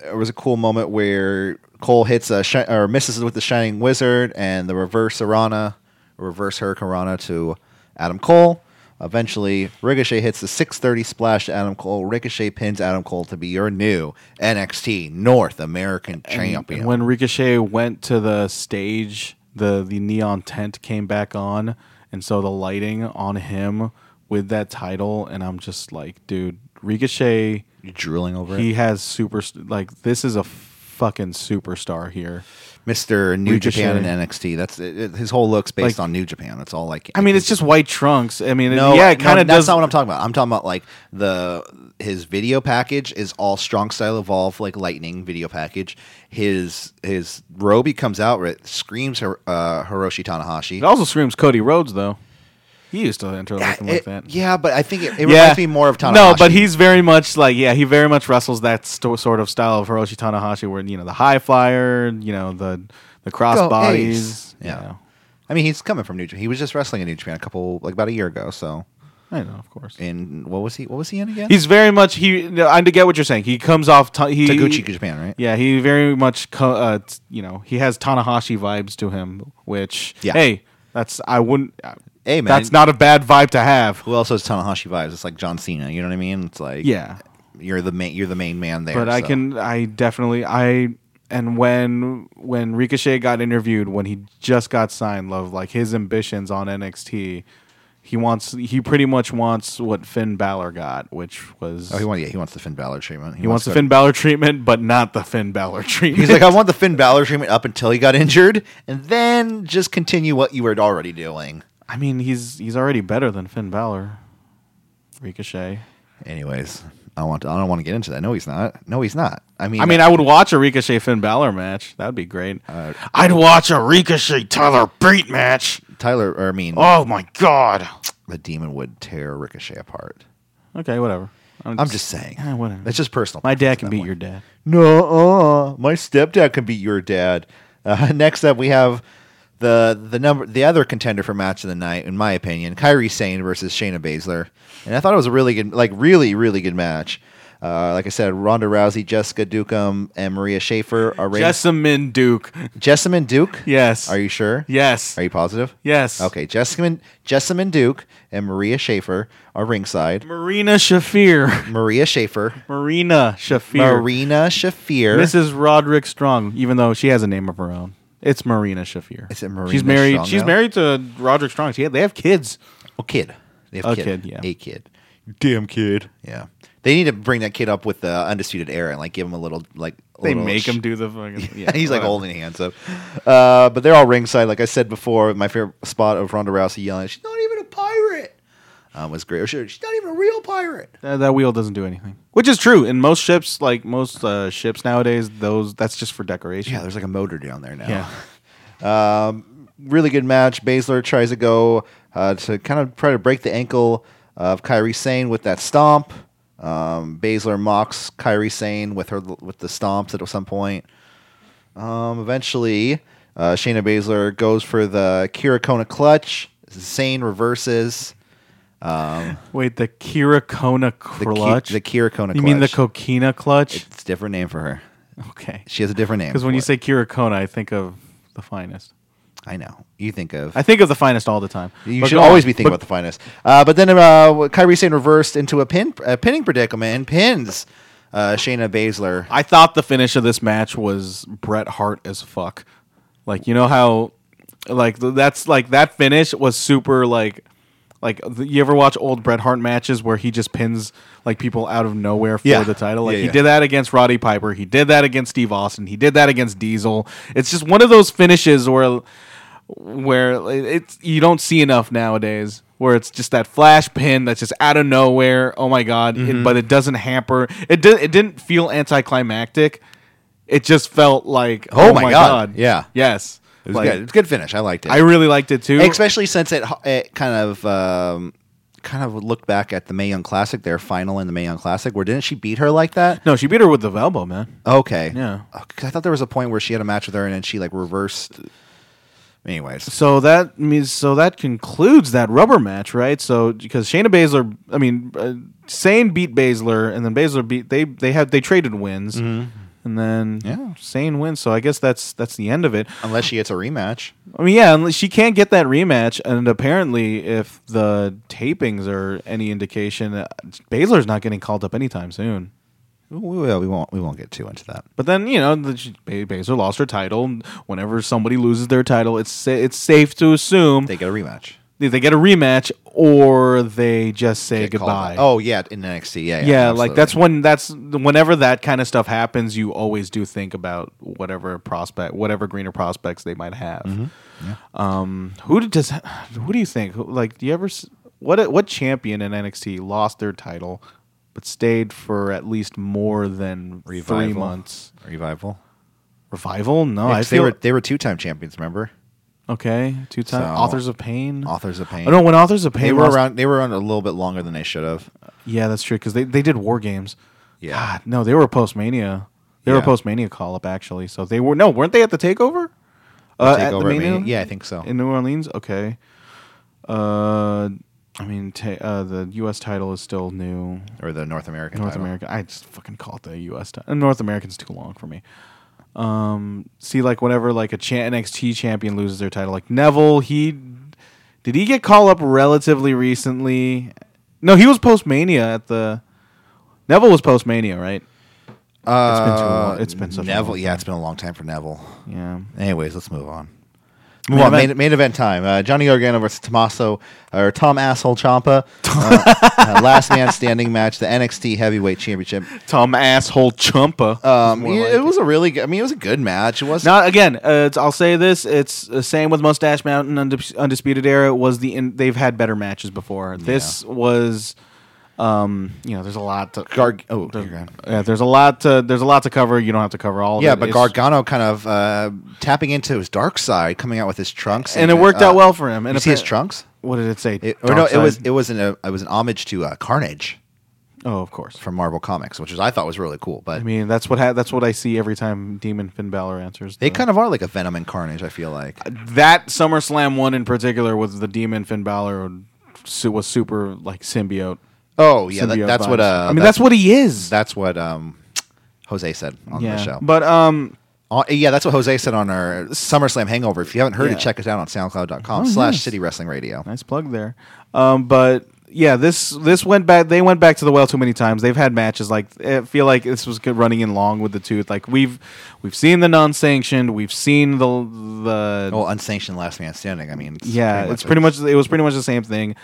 Speaker 2: there was a cool moment where Cole hits a shi- or misses with the Shining Wizard and the reverse Arana, reverse Hurricane Arana to Adam Cole. Eventually, Ricochet hits the 630 splash to Adam Cole. Ricochet pins Adam Cole to be your new NXT North American champion.
Speaker 3: When Ricochet went to the stage, the the neon tent came back on, and so the lighting on him with that title, and I'm just like, dude, Ricochet,
Speaker 2: You're drooling over
Speaker 3: he
Speaker 2: it.
Speaker 3: has super like this is a fucking superstar here.
Speaker 2: Mr. New
Speaker 3: Ricochet.
Speaker 2: Japan and NXT. That's it, it- his whole looks based
Speaker 3: Like-
Speaker 2: on New Japan. That's all like
Speaker 3: I mean, it's just white trunks. I mean,
Speaker 2: No,
Speaker 3: yeah, it kind of
Speaker 2: no,
Speaker 3: does.
Speaker 2: That's not what I'm talking about. I'm talking about like the his video package is all strong style evolve like lightning video package. His his robe he comes out with screams Hir- uh, Hiroshi Tanahashi.
Speaker 3: it also screams Cody Rhodes though. He used to enter looking like
Speaker 2: It-
Speaker 3: that.
Speaker 2: yeah, but I think it, it
Speaker 3: Yeah.
Speaker 2: reminds me more of Tanahashi.
Speaker 3: No, but he's very much like yeah, he very much wrestles that sto- sort of style of Hiroshi Tanahashi, where you know the high flyer, you know the the crossbodies.
Speaker 2: Ace. Yeah.
Speaker 3: you know.
Speaker 2: I mean, he's coming from New Japan. He was just wrestling in New Japan a couple like about a year ago. So,
Speaker 3: I know, of course.
Speaker 2: and what was he? What was he in again?
Speaker 3: He's very much he. no, I get what you're saying. He comes off. Ta- he
Speaker 2: Taguchi Japan, right?
Speaker 3: Yeah, he very much. Co- uh, t- you know, he has Tanahashi vibes to him, which
Speaker 2: Yeah.
Speaker 3: hey, that's I wouldn't. uh,
Speaker 2: Hey, man.
Speaker 3: that's not a bad vibe to have.
Speaker 2: Who else has Tanahashi vibes? It's like John Cena. You know what I mean? It's like
Speaker 3: Yeah.
Speaker 2: you're the main you're the main man there.
Speaker 3: But I
Speaker 2: so.
Speaker 3: can, I definitely, I and when when Ricochet got interviewed when he just got signed, love like his ambitions on NXT, he wants, he pretty much wants what Finn Balor got, which was
Speaker 2: Oh, he
Speaker 3: he,
Speaker 2: wants. Yeah, he wants the Finn Balor treatment. He,
Speaker 3: wants the Finn Balor treatment, but not the Finn Balor treatment.
Speaker 2: He's like, I want the Finn Balor treatment up until he got injured, and then just continue what you were already doing.
Speaker 3: I mean, he's he's already better than Finn Balor, Ricochet.
Speaker 2: Anyways, I want. To, I don't want to get into that. No, he's not. No, he's not. I mean,
Speaker 3: I mean, I would watch a Ricochet Finn Balor match. That'd be great.
Speaker 2: Uh,
Speaker 3: I'd watch a Ricochet Tyler Bate match.
Speaker 2: Tyler. Or I mean,
Speaker 3: Oh my god.
Speaker 2: the demon would tear Ricochet apart.
Speaker 3: Okay, whatever.
Speaker 2: I'm just saying.
Speaker 3: Ah, whatever.
Speaker 2: That's just personal.
Speaker 3: My
Speaker 2: preference
Speaker 3: dad can
Speaker 2: at that
Speaker 3: beat
Speaker 2: point.
Speaker 3: your dad.
Speaker 2: No, uh, my stepdad can beat your dad. Uh, next up, we have the the number the other contender for match of the night, in my opinion, Kyrie Sane versus Shayna Baszler, and I thought it was a really good, like really really good match. Uh, like I said, Ronda Rousey, Jessica Dukem, and Maria Schaefer are rated.
Speaker 3: Jessamine Duke.
Speaker 2: Jessamine Duke.
Speaker 3: Yes.
Speaker 2: Are you sure?
Speaker 3: Yes.
Speaker 2: Are you positive?
Speaker 3: yes.
Speaker 2: Okay, Jessamine Jessamine Duke and Maria Schaefer are ringside.
Speaker 3: Marina Shafir.
Speaker 2: Maria Schaefer,
Speaker 3: Marina Shafir.
Speaker 2: Marina Shafir.
Speaker 3: Mrs. Roderick Strong, even though she has a name of her own. It's Marina Shafir.
Speaker 2: Is it Marina
Speaker 3: She's married.
Speaker 2: Strong
Speaker 3: she's
Speaker 2: now?
Speaker 3: married to Roderick Strong. She, they have kids.
Speaker 2: A kid. They have
Speaker 3: A
Speaker 2: kid.
Speaker 3: kid, yeah.
Speaker 2: A kid.
Speaker 3: Damn kid.
Speaker 2: Yeah. They need to bring that kid up with the undisputed era and like give him a little like. a
Speaker 3: They
Speaker 2: little
Speaker 3: make
Speaker 2: sh-
Speaker 3: him do the fucking. Yeah,
Speaker 2: He's like
Speaker 3: whatever.
Speaker 2: holding hands up, uh, but they're all ringside. Like I said before, my favorite spot of Ronda Rousey yelling, "She's not even a pirate," um, was great. Or she- She's not even a real pirate.
Speaker 3: That, that wheel doesn't do anything, which is true. In most ships, like most uh, ships nowadays, those that's just for decoration.
Speaker 2: Yeah, there's like a motor down there now.
Speaker 3: Yeah.
Speaker 2: really good match. Baszler tries to go uh, to kind of try to break the ankle of Kyrie Sane with that stomp. Um, Baszler mocks Kyrie Sane with her with the stomps at some point. Um, eventually, uh, Shayna Baszler goes for the Kirakona clutch. Sane reverses
Speaker 3: Wait, the Kirakona
Speaker 2: the, Ki-
Speaker 3: clutch.
Speaker 2: the Kirakona.
Speaker 3: you mean the
Speaker 2: clutch.
Speaker 3: Kokina clutch?
Speaker 2: It's a different name for her.
Speaker 3: okay.
Speaker 2: She has a different name.
Speaker 3: Because when
Speaker 2: for
Speaker 3: you
Speaker 2: it.
Speaker 3: say Kirakona, I think of the finest.
Speaker 2: I know, you think of
Speaker 3: I think of the finest all the time.
Speaker 2: You
Speaker 3: But
Speaker 2: should
Speaker 3: go
Speaker 2: always
Speaker 3: on.
Speaker 2: be thinking
Speaker 3: But
Speaker 2: about the finest. Uh, but then uh, Kyrie Sane reversed into a pin, a pinning predicament and pins uh, Shayna Baszler.
Speaker 3: I thought the finish of this match was Bret Hart as fuck. Like you know how, like th- that's like that finish was super like. Like th- you ever watch old Bret Hart matches where he just pins like people out of nowhere for
Speaker 2: Yeah.
Speaker 3: the title? Like
Speaker 2: Yeah,
Speaker 3: he
Speaker 2: yeah.
Speaker 3: did that against Roddy Piper, he did that against Steve Austin, he did that against Diesel. It's just one of those finishes where where it's you don't see enough nowadays where it's just that flash pin that's just out of nowhere oh my god
Speaker 2: Mm-hmm.
Speaker 3: it, but it doesn't hamper it, di- it didn't feel anticlimactic it just felt like
Speaker 2: Oh my God. Yeah.
Speaker 3: yes
Speaker 2: It was
Speaker 3: Like,
Speaker 2: good. It's a good finish. I liked it.
Speaker 3: i really liked it too
Speaker 2: Especially since it, it kind of um, kind of looked back at the Mae Young Classic, their final in the Mae Young Classic, where didn't she beat her like that?
Speaker 3: no she beat her with the elbow man
Speaker 2: Okay.
Speaker 3: Yeah.
Speaker 2: Oh, 'cause I thought there was a point where she had a match with her and then she like reversed. Anyways,
Speaker 3: so that means so that concludes that rubber match right so because Shayna Baszler i mean uh, Sane beat Baszler and then Baszler beat they they had they traded wins and then
Speaker 2: Yeah.
Speaker 3: Sane wins so i guess that's that's the end of it
Speaker 2: unless she gets a rematch.
Speaker 3: I mean, yeah, unless she can't get that rematch, and apparently, if the tapings are any indication, uh, Baszler's not getting called up anytime soon.
Speaker 2: We, will. we won't. We won't get too into that.
Speaker 3: But then, you know, the, she- Ba- Baszler lost her title. and Whenever somebody loses their title, it's sa- it's safe to assume
Speaker 2: They get a rematch.
Speaker 3: they, they get a rematch or they just say
Speaker 2: Get called
Speaker 3: goodbye.
Speaker 2: up. Oh yeah, in NXT. Yeah.
Speaker 3: yeah, like
Speaker 2: absolutely.
Speaker 3: that's when that's whenever that kind of stuff happens, you always do think about whatever prospect, whatever greener prospects they might have.
Speaker 2: Mm-hmm.
Speaker 3: Um, who did, does who do you think? Who- Like, do you ever s- what what champion in NXT lost their title but stayed for at least more than three
Speaker 2: Revival.
Speaker 3: months?
Speaker 2: revival.
Speaker 3: Revival? No, I
Speaker 2: Yeah, 'cause they
Speaker 3: feel
Speaker 2: were they were two time champions. Remember,
Speaker 3: okay. Two time
Speaker 2: So-
Speaker 3: authors of pain.
Speaker 2: authors of pain.
Speaker 3: Oh, no, when authors of pain
Speaker 2: they were Uh,
Speaker 3: lost-
Speaker 2: around. They were around a little bit longer than they should have.
Speaker 3: Yeah, that's true because they, they did war games.
Speaker 2: Yeah.
Speaker 3: God, no, they were post mania. They were
Speaker 2: Yeah.
Speaker 3: post mania call up actually. So they were no, weren't they at the takeover? Uh, at the
Speaker 2: Takeover at
Speaker 3: Mania?
Speaker 2: Mania? Yeah, I think so.
Speaker 3: In New Orleans, okay. Uh, I mean, ta- uh, the U.S. title is still new.
Speaker 2: or the North American.
Speaker 3: North
Speaker 2: title.
Speaker 3: America. I just fucking call it the U.S. title. uh, North American's too long for me. Um, see, like whenever like a cha- NXT champion loses their title, like Neville, he did he get called up relatively recently? No, he was post Mania at the Neville was post Mania, right?
Speaker 2: Uh,
Speaker 3: been too long- it's been such a
Speaker 2: Neville.
Speaker 3: long
Speaker 2: yeah, it's been a long time for Neville.
Speaker 3: Yeah.
Speaker 2: Anyways, let's move on.
Speaker 3: Main
Speaker 2: Move on.
Speaker 3: event.
Speaker 2: Main, main event time. Uh, Johnny Gargano versus Tommaso or Tom Asshole Champa. last man standing match. The NXT Heavyweight Championship.
Speaker 3: Tom asshole Chumpa.
Speaker 2: Um,
Speaker 3: More
Speaker 2: yeah,
Speaker 3: like
Speaker 2: it was a really. Good, I mean, it was a good match. It was
Speaker 3: Now again, uh, it's, I'll say this: it's the same with Mustache Mountain. Undis- Undisputed Era was the in, they've had better matches before. This was Um, you know, there's a lot to
Speaker 2: Garg- oh,
Speaker 3: there-
Speaker 2: you're gone.
Speaker 3: yeah, there's a lot to there's a lot to cover. You don't have to cover all. Of
Speaker 2: Yeah,
Speaker 3: it.
Speaker 2: but
Speaker 3: It's-
Speaker 2: Gargano kind of uh, tapping into his dark side, coming out with his trunks,
Speaker 3: and it worked out
Speaker 2: uh,
Speaker 3: well for him. And
Speaker 2: you see his
Speaker 3: appa-
Speaker 2: trunks?
Speaker 3: What did it say?
Speaker 2: It, or
Speaker 3: Dark
Speaker 2: no, it
Speaker 3: side?
Speaker 2: was it was an uh, it was an homage to uh, Carnage
Speaker 3: Oh, of course.
Speaker 2: from Marvel Comics, which is I thought was really cool. But
Speaker 3: I mean, that's what ha- that's what I see every time Demon Finn Balor answers.
Speaker 2: they
Speaker 3: the-
Speaker 2: kind of are like a Venom and Carnage. I feel like
Speaker 3: Uh, that SummerSlam one in particular with the Demon Finn Balor su- was super like symbiote.
Speaker 2: oh yeah, that,
Speaker 3: symbiote
Speaker 2: that's what
Speaker 3: vibes.
Speaker 2: uh,
Speaker 3: I mean. That's, what he is.
Speaker 2: that's what um, Jose said on
Speaker 3: yeah.
Speaker 2: the show.
Speaker 3: But um,
Speaker 2: Uh, yeah, that's what Jose said on our SummerSlam Hangover. If you haven't heard
Speaker 3: Yeah.
Speaker 2: it, check us out on SoundCloud.com
Speaker 3: Oh,
Speaker 2: slash
Speaker 3: nice.
Speaker 2: City Wrestling Radio.
Speaker 3: nice plug there. Um, but yeah, this this went back. They went back to the well too many times. They've had matches like I feel like this was good running in long with the tooth. Like we've we've seen the non-sanctioned. We've seen the the
Speaker 2: Well, unsanctioned last man standing. I mean, Oh, it's
Speaker 3: yeah,
Speaker 2: much
Speaker 3: it's pretty much it was pretty much the same thing.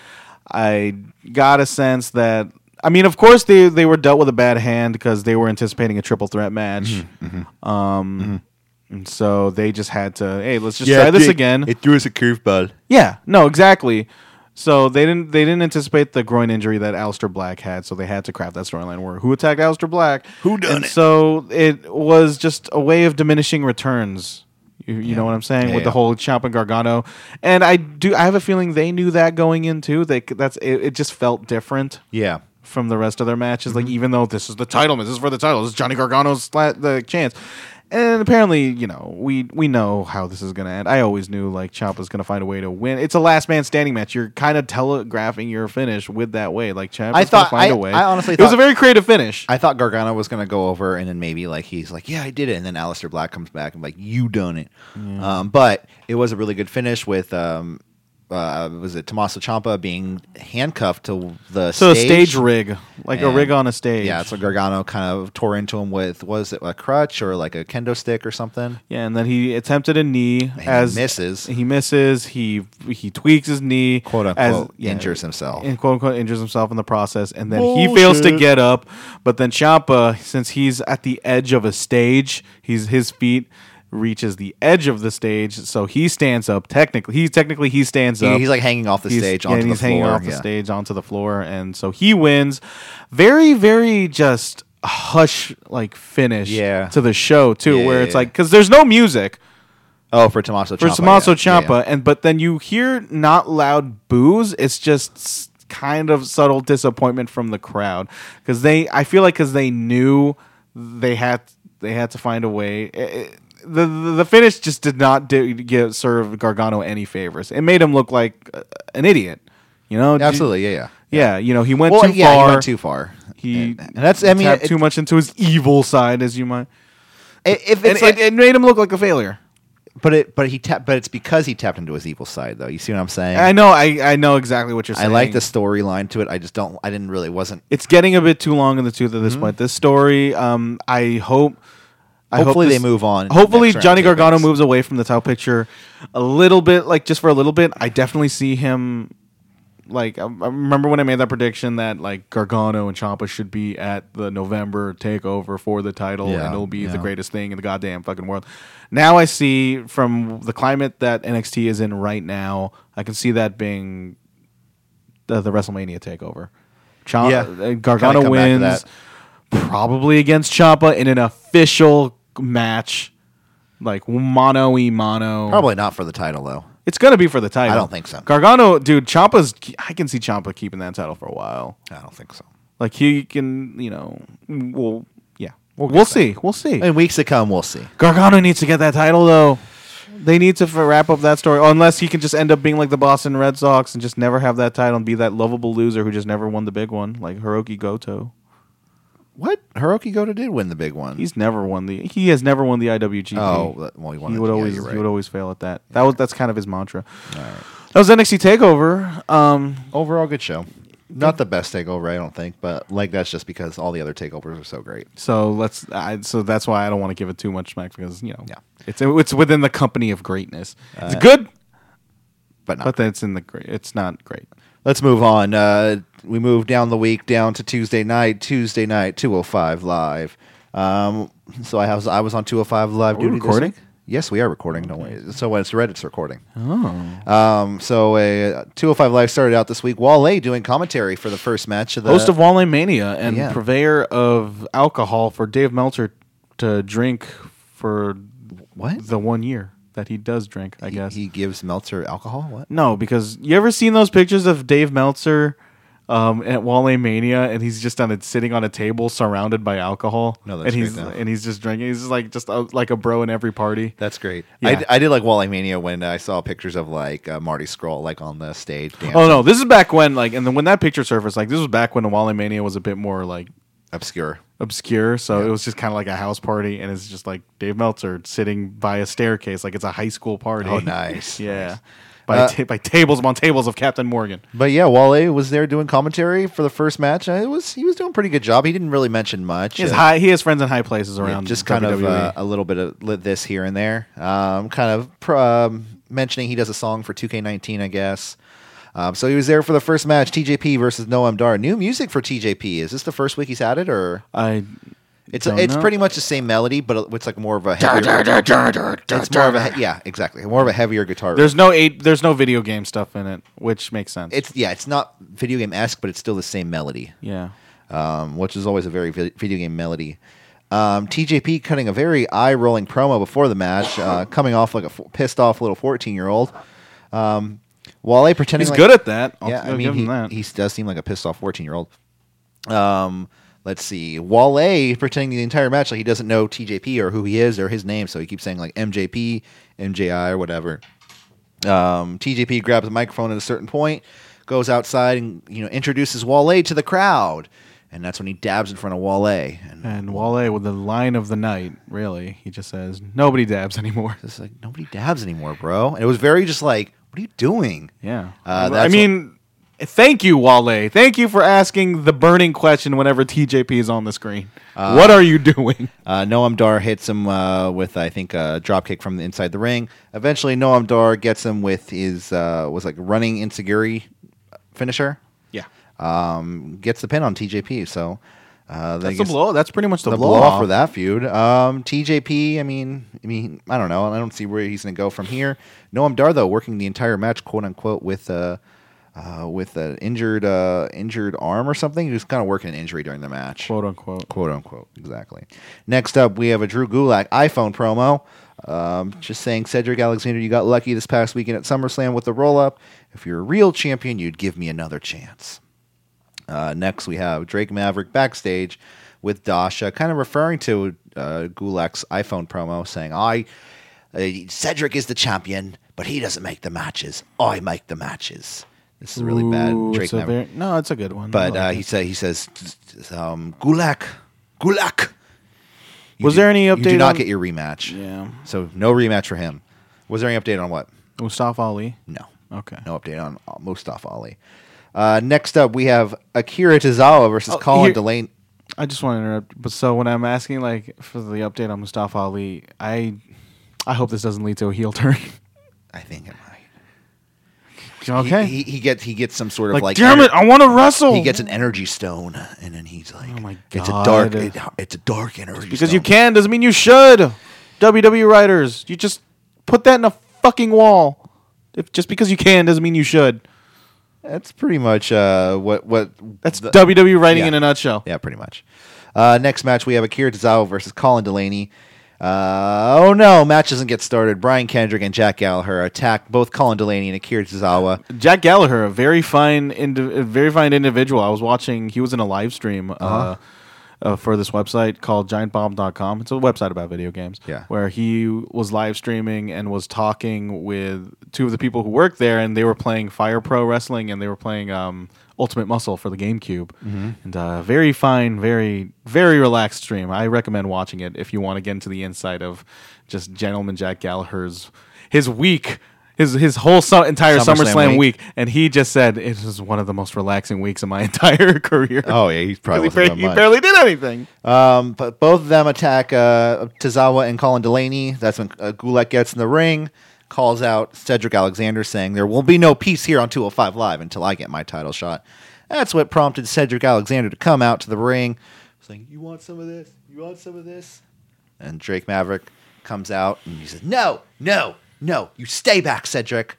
Speaker 3: I got a sense that I mean, of course they they were dealt with a bad hand because they were anticipating a triple threat match.
Speaker 2: Mm-hmm,
Speaker 3: Um, and so they just had to hey, let's just try this again.
Speaker 2: threw us a curveball.
Speaker 3: yeah, no, exactly. So they didn't they didn't anticipate the groin injury that Alistair Black had, so they had to craft that storyline where who attacked Alistair Black,
Speaker 2: Who done
Speaker 3: And
Speaker 2: it?
Speaker 3: So it was just a way of diminishing returns. You, you know what I'm saying
Speaker 2: Yeah,
Speaker 3: with the
Speaker 2: yeah.
Speaker 3: whole Ciampa Gargano, and I do I have a feeling they knew that going in too. They c- that's it, it just felt different
Speaker 2: Yeah.
Speaker 3: from the rest of their matches.
Speaker 2: Mm-hmm.
Speaker 3: Like even though this is the title, this is for the title, this is Johnny Gargano's la- the chance. And apparently, you know, we we know how this is gonna end. I always knew like Ciampa's gonna find a way to win. It's a last man standing match. You're kind of telegraphing your finish with that way. Like Ciampa's
Speaker 2: I thought-
Speaker 3: gonna find
Speaker 2: I-
Speaker 3: a way.
Speaker 2: I honestly
Speaker 3: it was a
Speaker 2: thought-
Speaker 3: very creative finish.
Speaker 2: I thought Gargano was going to go over and then maybe like he's like, yeah, I did it. And then Alistair Black comes back and like, you done it. Um, but it was a really good finish with, um, uh, was it Tommaso Ciampa being handcuffed to the
Speaker 3: so
Speaker 2: stage?
Speaker 3: a stage rig, like a
Speaker 2: And-
Speaker 3: rig on a stage.
Speaker 2: Yeah, so Gargano kind of tore into him with, was it a crutch or like a kendo stick or something?
Speaker 3: Yeah, and then he attempted a knee
Speaker 2: he
Speaker 3: as
Speaker 2: misses.
Speaker 3: He misses. He he tweaks his knee,
Speaker 2: Quote,
Speaker 3: as-
Speaker 2: unquote, injures himself.
Speaker 3: and quote unquote injures himself in the process, and then he fails to
Speaker 2: Bullshit.
Speaker 3: get up. But then Champa, since he's at the edge of a stage, he's his feet reaches the edge of the stage, so he stands up. Technically, he technically he stands
Speaker 2: He-
Speaker 3: up.
Speaker 2: he's like hanging off the
Speaker 3: He's-
Speaker 2: stage
Speaker 3: yeah,
Speaker 2: onto
Speaker 3: and
Speaker 2: the
Speaker 3: he's hanging
Speaker 2: floor,
Speaker 3: off the
Speaker 2: yeah.
Speaker 3: stage onto the floor, and so he wins. Very, very just hush like finish
Speaker 2: Yeah.
Speaker 3: to the show too,
Speaker 2: Yeah,
Speaker 3: where
Speaker 2: yeah,
Speaker 3: it's
Speaker 2: yeah.
Speaker 3: like because there's no music
Speaker 2: Oh, for Tommaso
Speaker 3: for
Speaker 2: Ciampa.
Speaker 3: Tommaso
Speaker 2: yeah, yeah,
Speaker 3: Ciampa, and but then you hear not loud boos. It's just s- kind of subtle disappointment from the crowd because they. I feel like because they knew they had they had to find a way. I- I- the, the the finish just did not do, give, serve Gargano any favors. It made him look like uh, an idiot. You know,
Speaker 2: yeah. Absolutely, yeah, yeah.
Speaker 3: Yeah, you know, he went
Speaker 2: Well,
Speaker 3: too
Speaker 2: yeah,
Speaker 3: far.
Speaker 2: he went too far.
Speaker 3: He-
Speaker 2: and, and that's I mean,
Speaker 3: tapped
Speaker 2: it,
Speaker 3: too much into his evil side, as you might.
Speaker 2: if
Speaker 3: And
Speaker 2: it's like,
Speaker 3: it, it made him look like a failure.
Speaker 2: but it but he tapped but it's because he tapped into his evil side though. You see what I'm saying?
Speaker 3: I know, I, I know exactly what you're
Speaker 2: I
Speaker 3: saying.
Speaker 2: like the storyline to it. I just don't. I didn't really. Wasn't.
Speaker 3: it's getting a bit too long in the tooth at this
Speaker 2: Mm-hmm.
Speaker 3: point. This story, um, I hope. I hope
Speaker 2: Hopefully
Speaker 3: this-
Speaker 2: they move on to the
Speaker 3: Hopefully
Speaker 2: next round
Speaker 3: Johnny
Speaker 2: of tapings.
Speaker 3: Gargano moves away from the title picture a little bit, like just for a little bit. I definitely see him. Like I, I remember when I made that prediction that like Gargano and Ciampa should be at the November takeover for the title,
Speaker 2: Yeah,
Speaker 3: and it'll be the
Speaker 2: yeah.
Speaker 3: greatest thing in the goddamn fucking world. Now I see from the climate that NXT is in right now, I can see that being the, the WrestleMania takeover. Cha-
Speaker 2: Yeah.
Speaker 3: uh,
Speaker 2: Kinda
Speaker 3: Gargano
Speaker 2: come back to
Speaker 3: wins
Speaker 2: that.
Speaker 3: probably against Ciampa in an official match, like mono e mono.
Speaker 2: Probably not for the title though.
Speaker 3: it's gonna be for the title.
Speaker 2: I don't think so.
Speaker 3: Gargano, dude, Ciampa's. I can see Ciampa keeping that title for a while.
Speaker 2: I don't think so.
Speaker 3: Like he can, you know, well, yeah, we'll, see, we'll see.
Speaker 2: In weeks to come, we'll see.
Speaker 3: Gargano needs to get that title though. They need to f- wrap up that story, unless he can just end up being like the Boston Red Sox and just never have that title and be that lovable loser who just never won the big one, like Hiroki Goto.
Speaker 2: What Hiroki Goto did win the big one.
Speaker 3: He's never won the. He has never won the IWGP.
Speaker 2: Oh, that- well, he won it.
Speaker 3: would
Speaker 2: Yeah,
Speaker 3: always.
Speaker 2: you're
Speaker 3: He
Speaker 2: right.
Speaker 3: would always fail at that. That was. That's kind of his mantra. That was NXT Takeover. Um,
Speaker 2: overall good show. Not the best takeover, I don't think, but like that's just because all the other takeovers are so great.
Speaker 3: so let's. I, so that's why I don't want to give it too much smack because you know.
Speaker 2: Yeah. Uh,
Speaker 3: It's it's within the company of greatness. it's good,
Speaker 2: But not.
Speaker 3: but then it's in the great. It's not great.
Speaker 2: Let's move on. Uh, we move down the week down to Tuesday night. Tuesday night, two oh five live. Um, so I was I was on two oh five live.
Speaker 3: Are we
Speaker 2: duty this
Speaker 3: recording?
Speaker 2: week. Yes, we are recording. No way. So when it's Reddit's recording. Oh. Um, so uh, 205 Live started out this week. Wale doing commentary for the first match of the
Speaker 3: Host of Wale Mania and
Speaker 2: yeah.
Speaker 3: purveyor of alcohol for Dave Meltzer to drink for
Speaker 2: what?
Speaker 3: the one year that he does drink, I guess.
Speaker 2: He gives Meltzer alcohol. What?
Speaker 3: No, because you ever seen those pictures of Dave Meltzer um, at Wale Mania, and he's just on it sitting on a table surrounded by alcohol.
Speaker 2: No, that's
Speaker 3: and
Speaker 2: great
Speaker 3: he's
Speaker 2: though.
Speaker 3: and he's just drinking. He's just like just a, like a bro in every party.
Speaker 2: That's great.
Speaker 3: Yeah.
Speaker 2: I, I did like Wally Mania when I saw pictures of like uh, Marty Scroll like on the stage. Dancing.
Speaker 3: Oh no, this is back when like and then when that picture surfaced, like this was back when Wale Mania was a bit more like
Speaker 2: obscure.
Speaker 3: obscure. So it was just kind of like a house party, and it's just like Dave Meltzer sitting by a staircase, like it's a high school party.
Speaker 2: Oh, nice.
Speaker 3: yeah.
Speaker 2: Nice.
Speaker 3: By,
Speaker 2: Uh,
Speaker 3: ta- by tables upon tables of Captain Morgan.
Speaker 2: But yeah, Wale was there doing commentary for the first match. and It was he was doing a pretty good job. He didn't really mention much.
Speaker 3: He has,
Speaker 2: Uh,
Speaker 3: high, he has friends in high places around. E.
Speaker 2: just kind of
Speaker 3: WWE.
Speaker 2: uh, a little bit of li- this here and there. Um, kind of pr- um, mentioning he does a song for 2K19, I guess. Um, so he was there for the first match, TJP versus Noam Dar. New music for TJP. Is this the first week he's had it, or
Speaker 3: I
Speaker 2: it's
Speaker 3: Don't
Speaker 2: it's
Speaker 3: know.
Speaker 2: pretty much the same melody, but it's like more of a heavier, it's more of a he- yeah, exactly, more of a heavier guitar.
Speaker 3: There's no eight. There's no video game stuff in it, which makes sense.
Speaker 2: it's yeah, it's not video game esque, but it's still the same melody.
Speaker 3: yeah.
Speaker 2: um, which is always a very vi- video game melody. Um, TJP cutting a very eye rolling promo before the match, uh, coming off like a f- pissed off little 14 year old. Um, Wale pretending
Speaker 3: He's
Speaker 2: like,
Speaker 3: good at that. I'll,
Speaker 2: yeah,
Speaker 3: I'll
Speaker 2: I
Speaker 3: give
Speaker 2: mean,
Speaker 3: him that.
Speaker 2: he, he does seem like a pissed off 14 year old. Um, let's see. Wale pretending the entire match like he doesn't know TJP or who he is or his name, so he keeps saying like MJP, MJI, or whatever. Um, TJP grabs the microphone at a certain point, goes outside and you know introduces Wale to the crowd, and that's when he dabs in front of Wale. And
Speaker 3: and Wale with the line of the night. Really, he just says nobody dabs anymore.
Speaker 2: it's like nobody dabs anymore, bro. And it was very just like, what are you doing?
Speaker 3: Yeah.
Speaker 2: Uh,
Speaker 3: I
Speaker 2: that's
Speaker 3: mean, thank you, Wale. Thank you for asking the burning question whenever TJP is on the screen. what are you doing?
Speaker 2: Uh, Noam Dar hits him uh, with, I think, a drop kick from the inside the ring. Eventually, Noam Dar gets him with his uh, was like running insiguri finisher.
Speaker 3: Yeah.
Speaker 2: Um, gets the pin on TJP. So uh, they
Speaker 3: That's the
Speaker 2: guess-
Speaker 3: blow. That's pretty much the,
Speaker 2: the
Speaker 3: blow,
Speaker 2: blow off
Speaker 3: for
Speaker 2: for
Speaker 3: that.
Speaker 2: that feud. Um, TJP. I mean, I mean, I don't know. I don't see where he's going to go from here. Noam Dar though working the entire match, quote unquote, with uh, uh, with an injured uh, injured arm or something. He was kind of working an injury during the match
Speaker 3: Quote unquote.
Speaker 2: quote unquote. Exactly. Next up, we have a Drew Gulak iPhone promo. Um, just saying, Cedric Alexander, you got lucky this past weekend at SummerSlam with the roll up. If you're a real champion, you'd give me another chance. Uh, next, we have Drake Maverick backstage with Dasha, kind of referring to uh, Gulak's iPhone promo, saying, "I uh, Cedric is the champion, but he doesn't make the matches. I make the matches." This is really bad.
Speaker 3: Ooh,
Speaker 2: Drake
Speaker 3: it's a
Speaker 2: Maverick.
Speaker 3: very- no, it's a good one.
Speaker 2: But
Speaker 3: I like
Speaker 2: uh,
Speaker 3: it.
Speaker 2: he said he says um, Gulak, Gulak. You
Speaker 3: Was there any
Speaker 2: You do
Speaker 3: update
Speaker 2: not
Speaker 3: on-
Speaker 2: get your rematch.
Speaker 3: Yeah.
Speaker 2: So no rematch for him. Was there any update on what?
Speaker 3: Mustafa Ali.
Speaker 2: No.
Speaker 3: Okay.
Speaker 2: No update on uh, Mustafa Ali. Uh, next up, we have Akira Tozawa versus
Speaker 3: Oh,
Speaker 2: Colin
Speaker 3: here-
Speaker 2: Delaney.
Speaker 3: I just want to interrupt. But so when I'm asking like for the update on Mustafa Ali, I I hope this doesn't lead to a heel turn.
Speaker 2: I think it might. He-
Speaker 3: okay.
Speaker 2: He, he gets he gets some sort of
Speaker 3: like,
Speaker 2: like,
Speaker 3: damn
Speaker 2: ener-
Speaker 3: it, I want to wrestle.
Speaker 2: He gets an energy stone, and then he's like,
Speaker 3: Oh my
Speaker 2: It's a dark.
Speaker 3: God.
Speaker 2: It, it's a dark energy
Speaker 3: because
Speaker 2: stone.
Speaker 3: you can doesn't mean you should. WWE writers, you just put that in a fucking wall. If just because you can doesn't mean you should.
Speaker 2: That's pretty much uh, what what
Speaker 3: That's
Speaker 2: the-
Speaker 3: WWE writing
Speaker 2: yeah.
Speaker 3: in a nutshell.
Speaker 2: Yeah, pretty much. Uh, next match, we have Akira Tozawa versus Colin Delaney. Uh, oh no, match doesn't get started. Brian Kendrick and Jack Gallagher attack both Colin Delaney and Akira Tozawa.
Speaker 3: Jack Gallagher, a very fine, indi- a very fine individual. I was watching. He was in a live stream uh,
Speaker 2: Uh-huh.
Speaker 3: uh for this website called GiantBomb.com. It's a website about video games.
Speaker 2: Yeah.
Speaker 3: where he was live streaming and was talking with two of the people who work there, and they were playing Fire Pro Wrestling, and they were playing um, Ultimate Muscle for the GameCube.
Speaker 2: Mm-hmm.
Speaker 3: And uh, very fine, very very relaxed stream. I recommend watching it if you want to get into the inside of just gentleman Jack Gallagher's his week. His, his whole su- entire
Speaker 2: SummerSlam
Speaker 3: SummerSlam
Speaker 2: week.
Speaker 3: week week, and he just said it was one of the most relaxing weeks of my entire career.
Speaker 2: Oh yeah, he's
Speaker 3: he,
Speaker 2: probably
Speaker 3: barely, he barely did anything.
Speaker 2: Um, but both of them attack uh, Tozawa and Colin Delaney. That's when uh, Gulak gets in the ring, calls out Cedric Alexander, saying, There will be no peace here on 205 Live until I get my title shot. That's what prompted Cedric Alexander to come out to the ring, saying, You want some of this? You want some of this? And Drake Maverick comes out and he says, "No, no, no! You stay back, Cedric."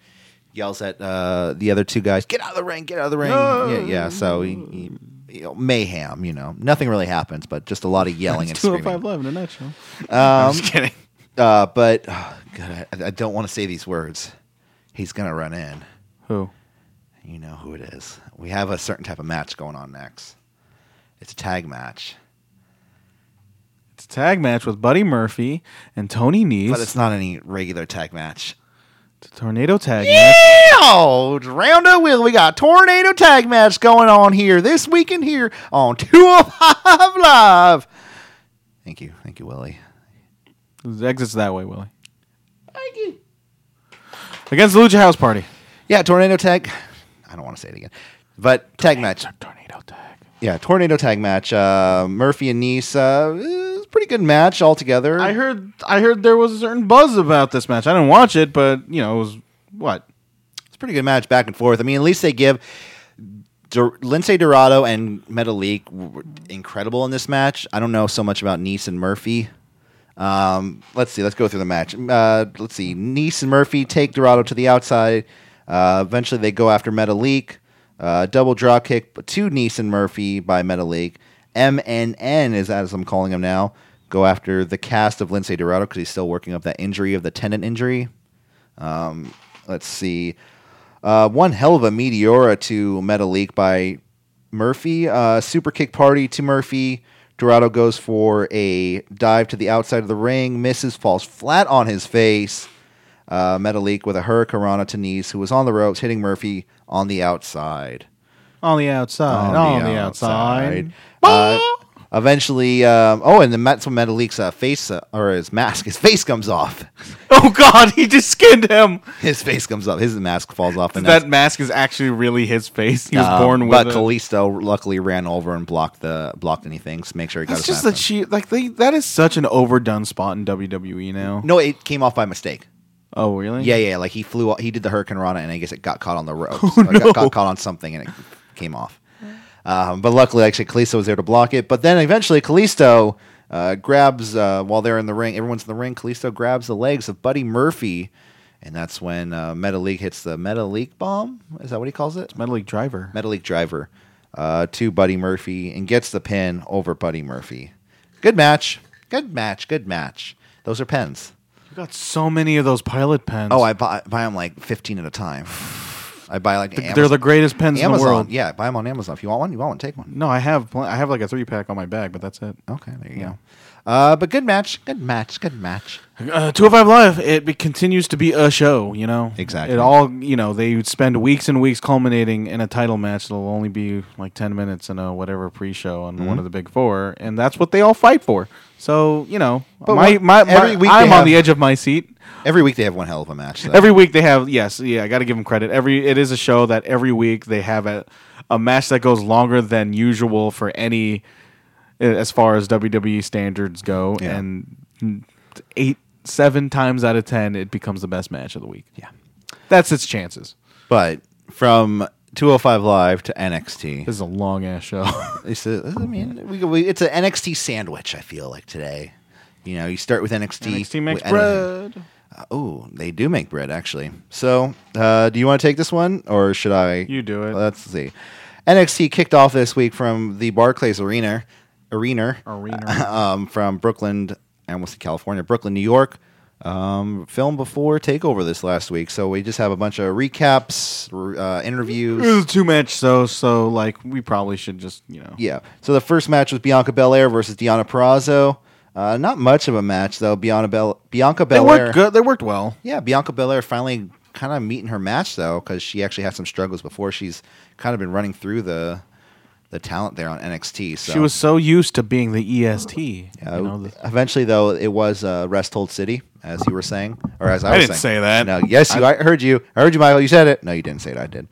Speaker 2: Yells at uh, the other two guys, "Get out of the ring! Get out of the ring!" Yeah, yeah. So he, he, you know, mayhem. You know, nothing really happens, but just a lot of yelling and
Speaker 3: Two oh
Speaker 2: screaming. Um,
Speaker 3: five live in a nutshell.
Speaker 4: I'm just kidding.
Speaker 2: Uh, but oh, God, I, I don't want to say these words. He's gonna run in.
Speaker 3: Who?
Speaker 2: You know who it is. We have a certain type of match going on next. It's a tag match,
Speaker 3: It's a tag match with Buddy Murphy and Tony Nese.
Speaker 2: but it's not any regular tag match.
Speaker 3: It's a tornado tag match.
Speaker 2: Oh, Roundo Will, we got tornado tag match going on here this weekend here on 205 Live. Thank you. Thank you, Willie.
Speaker 3: Exits that way, Willie.
Speaker 2: Thank you.
Speaker 3: Against the Lucha House Party.
Speaker 2: Yeah, tornado tag. I don't want to say it again. But tag match.
Speaker 3: Tornado tag.
Speaker 2: Yeah, tornado tag match. Uh, Murphy and Nice. Uh, it was a pretty good match altogether.
Speaker 3: I heard. I heard there was a certain buzz about this match. I didn't watch it, but you know, it was what
Speaker 2: It's a pretty good match back and forth. I mean, at least they give Dur- Lindsay Dorado and Metalik were incredible in this match. I don't know so much about Nice and Murphy. Um, let's see. Let's go through the match. Uh, let's see. Nice and Murphy take Dorado to the outside. Uh, eventually, they go after Metalik. Uh, double draw kick to Nice and Murphy by Metalik. MNN is as I'm calling him now. Go after the cast of Lindsay Dorado because he's still working up that injury of the tendon injury. Um, Let's see. Uh, one hell of a meteora to Metalik by Murphy. Uh, super kick party to Murphy. Dorado goes for a dive to the outside of the ring, misses, falls flat on his face. Uh, Metalik with a hurricanrana to Nice, who was on the ropes, hitting Murphy on the outside.
Speaker 3: on the outside. On, the, outside.
Speaker 2: Uh, eventually, um, oh, and then that's when Metalik's uh, face, uh, or his mask, his face comes off.
Speaker 3: Oh God, he just skinned him.
Speaker 2: His face comes off. His mask falls off. And
Speaker 3: That mask is actually really his face. He was
Speaker 2: Um,
Speaker 3: born with
Speaker 2: but
Speaker 3: it.
Speaker 2: Callisto luckily ran over and blocked the blocked anything to make sure he got
Speaker 3: That's
Speaker 2: his
Speaker 3: just
Speaker 2: mask
Speaker 3: that she like they that is such an overdone spot in WWE now.
Speaker 2: on. No, it came off by mistake.
Speaker 3: Oh really?
Speaker 2: Yeah, yeah. Like he flew, he did the Hurricane Rana, and I guess it got caught on the ropes. or it got, got caught on something, and it came off. Um, but luckily, actually, Callisto was there to block it. But then eventually, Callisto uh, grabs uh, while they're in the ring. Everyone's in the ring. Callisto grabs the legs of Buddy Murphy, and that's when uh, Metalik hits the Metalik bomb. Is that what he calls it?
Speaker 3: Metal League Driver.
Speaker 2: Metalik driver uh, to Buddy Murphy and gets the pin over Buddy Murphy. Good match. Good match. Good match. Those are pens.
Speaker 3: You got so many of those pilot pens.
Speaker 2: Oh, I buy, buy them like 15 at a time. I buy like Amazon.
Speaker 3: they're the greatest pens
Speaker 2: Amazon.
Speaker 3: in the world.
Speaker 2: Yeah, buy them on Amazon. If you want one, you want one, take one.
Speaker 3: No, I have pl- I have like a three pack on my bag, but that's it.
Speaker 2: Okay, there you go. Uh, but good match. Good match. Good match.
Speaker 3: Uh, 205 Live, it be- continues to be a show, you know?
Speaker 2: Exactly.
Speaker 3: It all, you know, they spend weeks and weeks culminating in a title match that'll only be like 10 minutes in a whatever pre show
Speaker 2: Mm-hmm.
Speaker 3: on one of the big four, and that's what they all fight for. So, you know,
Speaker 2: But
Speaker 3: my,
Speaker 2: what-
Speaker 3: my, my,
Speaker 2: every week
Speaker 3: I'm
Speaker 2: they
Speaker 3: on the
Speaker 2: have-
Speaker 3: edge of my seat.
Speaker 2: Every week they have one hell of a match. though.
Speaker 3: Every week they have, yes, yeah, I got to give them credit. Every It is a show that every week they have a, a match that goes longer than usual for any, as far as WWE standards go,
Speaker 2: Yeah.
Speaker 3: and eight, seven times out of ten, it becomes the best match of the week.
Speaker 2: yeah.
Speaker 3: That's its chances.
Speaker 2: But from 205 Live to NXT.
Speaker 3: This is a long ass show.
Speaker 2: It's a, I mean, we, we, it's an NXT sandwich. I feel like today, you know, you start with NXT. with anything. Uh, oh, they do make bread actually. So, uh, do you want to take this one, or should I?
Speaker 3: You do it.
Speaker 2: Let's see. NXT kicked off this week from the Barclays Arena, arena,
Speaker 3: Arena.
Speaker 2: um, from Brooklyn, I almost said California, Brooklyn, New York. Um, filmed before Takeover this last week, so we just have a bunch of recaps, r- uh, interviews.
Speaker 3: It was too much, so so like we probably should just you know.
Speaker 2: Yeah. So the first match was Bianca Belair versus Deanna Perrazzo. Uh, not much of a match though. Bianca Bel- Bianca
Speaker 3: They
Speaker 2: Belair.
Speaker 3: worked good. They worked well.
Speaker 2: Yeah, Bianca Belair finally kind of meeting her match though, because she actually had some struggles before. She's kind of been running through the the talent there on NXT. So
Speaker 3: She was so used to being the EST. you
Speaker 2: Uh,
Speaker 3: know, the-
Speaker 2: eventually, though, it was uh, rest hold city, as you were saying, or as I, was
Speaker 4: didn't
Speaker 2: saying.
Speaker 4: say that.
Speaker 2: No, yes, you. I, heard you. I heard you, Michael. You said it. No, you didn't say it. I did.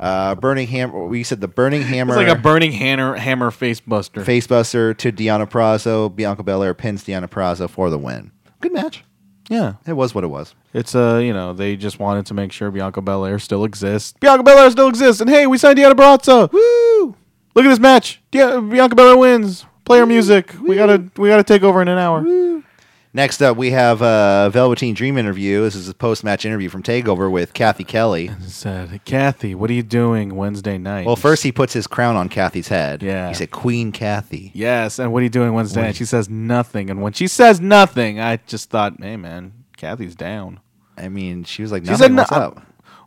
Speaker 2: Uh, burning hammer. We said the burning hammer.
Speaker 3: it's like a burning hammer, hammer face buster.
Speaker 2: Facebuster to Deanna Prazo. Bianca Belair pins Deanna Prazo for the win. Good match.
Speaker 3: Yeah,
Speaker 2: It was what it was.
Speaker 3: it's uh, you know they just wanted to make sure Bianca Belair still exists. Bianca Belair still exists, and hey, we signed Deanna Barazza. Woo! Look at this match. Dia- Bianca Belair wins. Play her music. We gotta we gotta take over in an hour.
Speaker 2: Next up, we have a Velveteen Dream interview. This is a post match interview from Takeover with Kathy Kelly.
Speaker 3: Said, Kathy, what are you doing Wednesday night?
Speaker 2: Well, first he puts his crown on Kathy's head.
Speaker 3: Yeah.
Speaker 2: he said Queen Kathy.
Speaker 3: Yes, and what are you doing Wednesday? And she says nothing. And when she says nothing, I just thought, hey, man, Kathy's down.
Speaker 2: I mean, she was like,
Speaker 3: She
Speaker 2: "Nothing.
Speaker 3: said
Speaker 2: what's
Speaker 3: no-
Speaker 2: up?"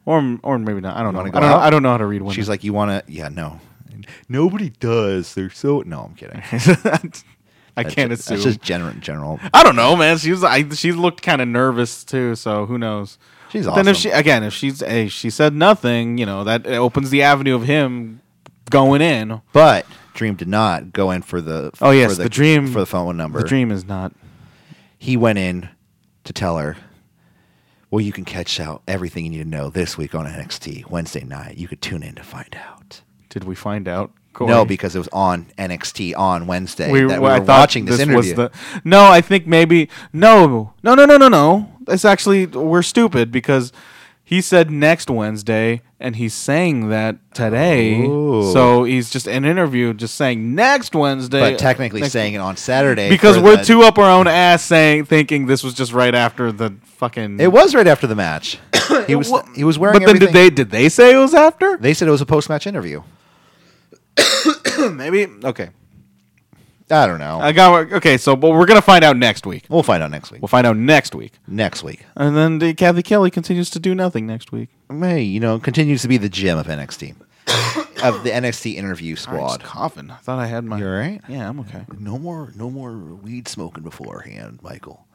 Speaker 3: Or, or maybe not. I don't know. I
Speaker 2: wanna
Speaker 3: don't
Speaker 2: go
Speaker 3: know.
Speaker 2: out?
Speaker 3: I don't know how to read women.
Speaker 2: She's like, "You want to?" Yeah, no. Nobody does. They're so. No, I'm kidding.
Speaker 3: I can't
Speaker 2: That's
Speaker 3: assume.
Speaker 2: just general. General.
Speaker 3: I don't know, man. She was. I, she looked kind of nervous too. So who knows?
Speaker 2: She's
Speaker 3: But Then if
Speaker 2: awesome.
Speaker 3: she again, if she's hey, she said nothing. You know that opens the avenue of him going in.
Speaker 2: But Dream did not go in for the.
Speaker 3: Oh yes,
Speaker 2: for
Speaker 3: the, dream
Speaker 2: for the phone number.
Speaker 3: The dream is not.
Speaker 2: He went in to tell her. Well, you can catch out everything you need to know this week on NXT Wednesday night. You could tune in to find out.
Speaker 3: Did we find out? Corey?
Speaker 2: No, because it was on NXT on Wednesday
Speaker 3: we,
Speaker 2: that we
Speaker 3: well, I
Speaker 2: were
Speaker 3: thought
Speaker 2: watching this, interview.
Speaker 3: Was the, no, I think maybe no, no, no, no, no, no. It's actually we're stupid because he said next Wednesday, and he's saying that today.
Speaker 2: Ooh.
Speaker 3: So he's just an interview, just saying next Wednesday,
Speaker 2: but technically
Speaker 3: next-
Speaker 2: saying it on Saturday
Speaker 3: because
Speaker 2: for
Speaker 3: we're
Speaker 2: the-
Speaker 3: too up our own ass, saying thinking this was just right after the fucking.
Speaker 2: It was right after the match. he was
Speaker 3: wa-
Speaker 2: he was wearing.
Speaker 3: But then
Speaker 2: everything-
Speaker 3: did they did they say it was after?
Speaker 2: They said it was a post match interview.
Speaker 3: Maybe okay.
Speaker 2: I don't know.
Speaker 3: I got okay. So, but we're gonna find out next week.
Speaker 2: we'll find out next week.
Speaker 3: We'll find out next week.
Speaker 2: Next week.
Speaker 3: And then the Kathy Kelly continues to do nothing next week.
Speaker 2: Hey, you know, continues to be the gem of NXT, of the NXT interview squad.
Speaker 3: coughing. I thought I had my.
Speaker 2: You all right?
Speaker 3: Yeah, I'm okay.
Speaker 2: No more, no more weed smoking beforehand, Michael.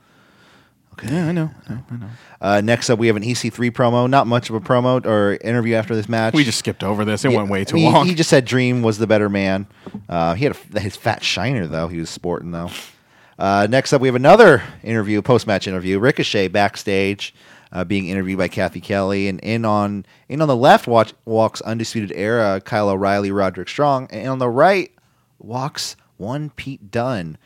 Speaker 2: Okay.
Speaker 3: Yeah, I know. I know, I know.
Speaker 2: Uh, next up, we have an EC3 promo. Not much of a promo or interview after this match.
Speaker 3: We just skipped over this. It went
Speaker 2: Yeah,
Speaker 3: way
Speaker 2: I
Speaker 3: too
Speaker 2: mean, he-
Speaker 3: long.
Speaker 2: He just said Dream was the better man. Uh, he had a, his fat shiner though. He was sporting though. Uh, next up, we have another interview, post match interview. Ricochet backstage, uh, being interviewed by Kathy Kelly, and in on in on the left watch, walks undisputed era Kyle O'Reilly, Roderick Strong, and on the right walks one Pete Dunne.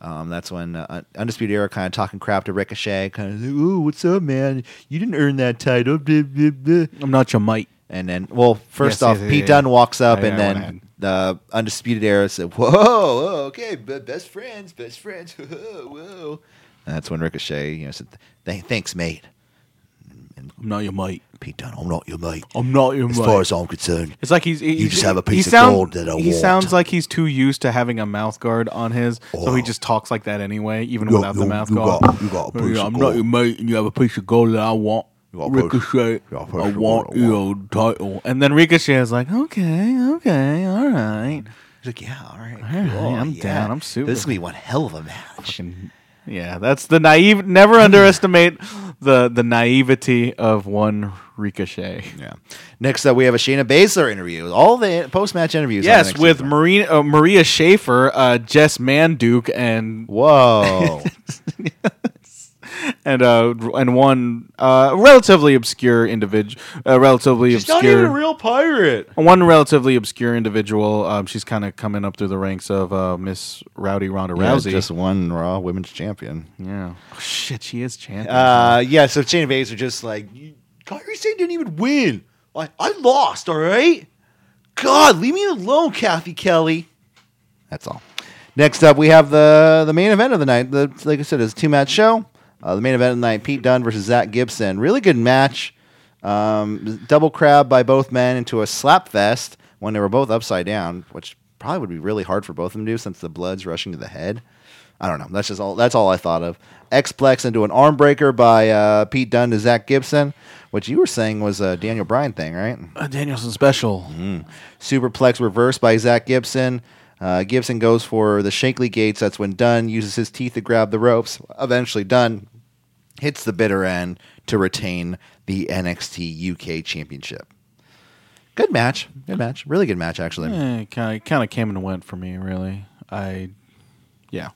Speaker 2: Um, that's when uh, Undisputed Era kind of talking crap to Ricochet, kind of, "Ooh, what's up, man? You didn't earn that title." Blah, blah, blah.
Speaker 3: I'm not your mate.
Speaker 2: And then, well, first
Speaker 3: Yes,
Speaker 2: off,
Speaker 3: yes, yeah,
Speaker 2: Pete
Speaker 3: yeah,
Speaker 2: Dunne
Speaker 3: yeah.
Speaker 2: walks up,
Speaker 3: Yeah,
Speaker 2: and
Speaker 3: yeah, I
Speaker 2: then the undisputed era said, "Whoa, whoa, okay, but best friends, best friends, whoa, whoa." And that's when Ricochet, you know, said, "Th- "Thanks, mate."
Speaker 3: I'm not your mate.
Speaker 2: Pete Dunne, I'm not your mate.
Speaker 3: I'm not your
Speaker 2: as
Speaker 3: mate.
Speaker 2: far as I'm concerned,
Speaker 3: it's like he's. he's-
Speaker 2: just have a
Speaker 3: he
Speaker 2: piece of
Speaker 3: sound-
Speaker 2: gold that I
Speaker 3: He
Speaker 2: want.
Speaker 3: sounds like he's too used to having a mouth guard on his, so he
Speaker 4: Oh.
Speaker 3: just talks like that anyway, even
Speaker 4: You got-
Speaker 3: without the
Speaker 4: you-
Speaker 3: mouth
Speaker 4: you
Speaker 3: guard.
Speaker 4: got- you got a piece of
Speaker 3: I'm not
Speaker 4: gold.
Speaker 3: your mate, and you have a piece of gold that I want.
Speaker 4: got a piece-
Speaker 3: Ricochet,
Speaker 4: you got a piece
Speaker 3: I
Speaker 4: of
Speaker 3: want
Speaker 4: gold I
Speaker 3: your title. And then Ricochet is like, okay, okay, all right.
Speaker 2: he's like, "Yeah, all right,
Speaker 3: right,
Speaker 2: cool,
Speaker 3: I'm
Speaker 2: yeah.
Speaker 3: down, I'm super."
Speaker 2: This is gonna be one hell of a match."
Speaker 3: Yeah, that's the naive. Never underestimate the the naivety of one ricochet.
Speaker 2: Yeah. Next up, we have a Shayna Baszler interview. All the post match interviews. on
Speaker 3: Yes,
Speaker 2: NXT.
Speaker 3: with Maria, uh, Maria Schaefer, uh, Jess Manduke, and
Speaker 2: Whoa.
Speaker 3: and uh, and one uh, relatively obscure individual, uh, relatively obscure.
Speaker 2: real pirate.
Speaker 3: one relatively obscure individual. Um, she's kind of coming up through the ranks of uh, Miss Rowdy Ronda Rousey.
Speaker 2: just one Raw Women's Champion.
Speaker 3: yeah. Oh, shit, she is champion.
Speaker 2: Uh, yeah, so Shayna Baszler just like, Kyrie Sane didn't even win. I, I lost, all right? God, leave me alone, Kathy Kelly. That's all. Next up, we have the the main event of the night. The, like I said, it's a two match show. Uh, the main event of the night: Pete Dunne versus Zach Gibson. Really good match. Um, double crab by both men into a slap fest when they were both upside down, which probably would be really hard for both of them to do since the blood's rushing to the head. I don't know. That's just all. That's all I thought of. Xplex into an arm breaker by uh, Pete Dunne to Zach Gibson, which you were saying was a Daniel Bryan thing, right?
Speaker 3: Uh, Danielson special.
Speaker 2: Superplex reverse by Zach Gibson. Uh, Gibson goes for the Shankly Gates. That's when Dunn uses his teeth to grab the ropes. Eventually, Dunn hits the bitter end to retain the NXT UK Championship. Good match. Good match. Really good match, actually.
Speaker 3: Eh, kind of came and went for me, really. I, yeah,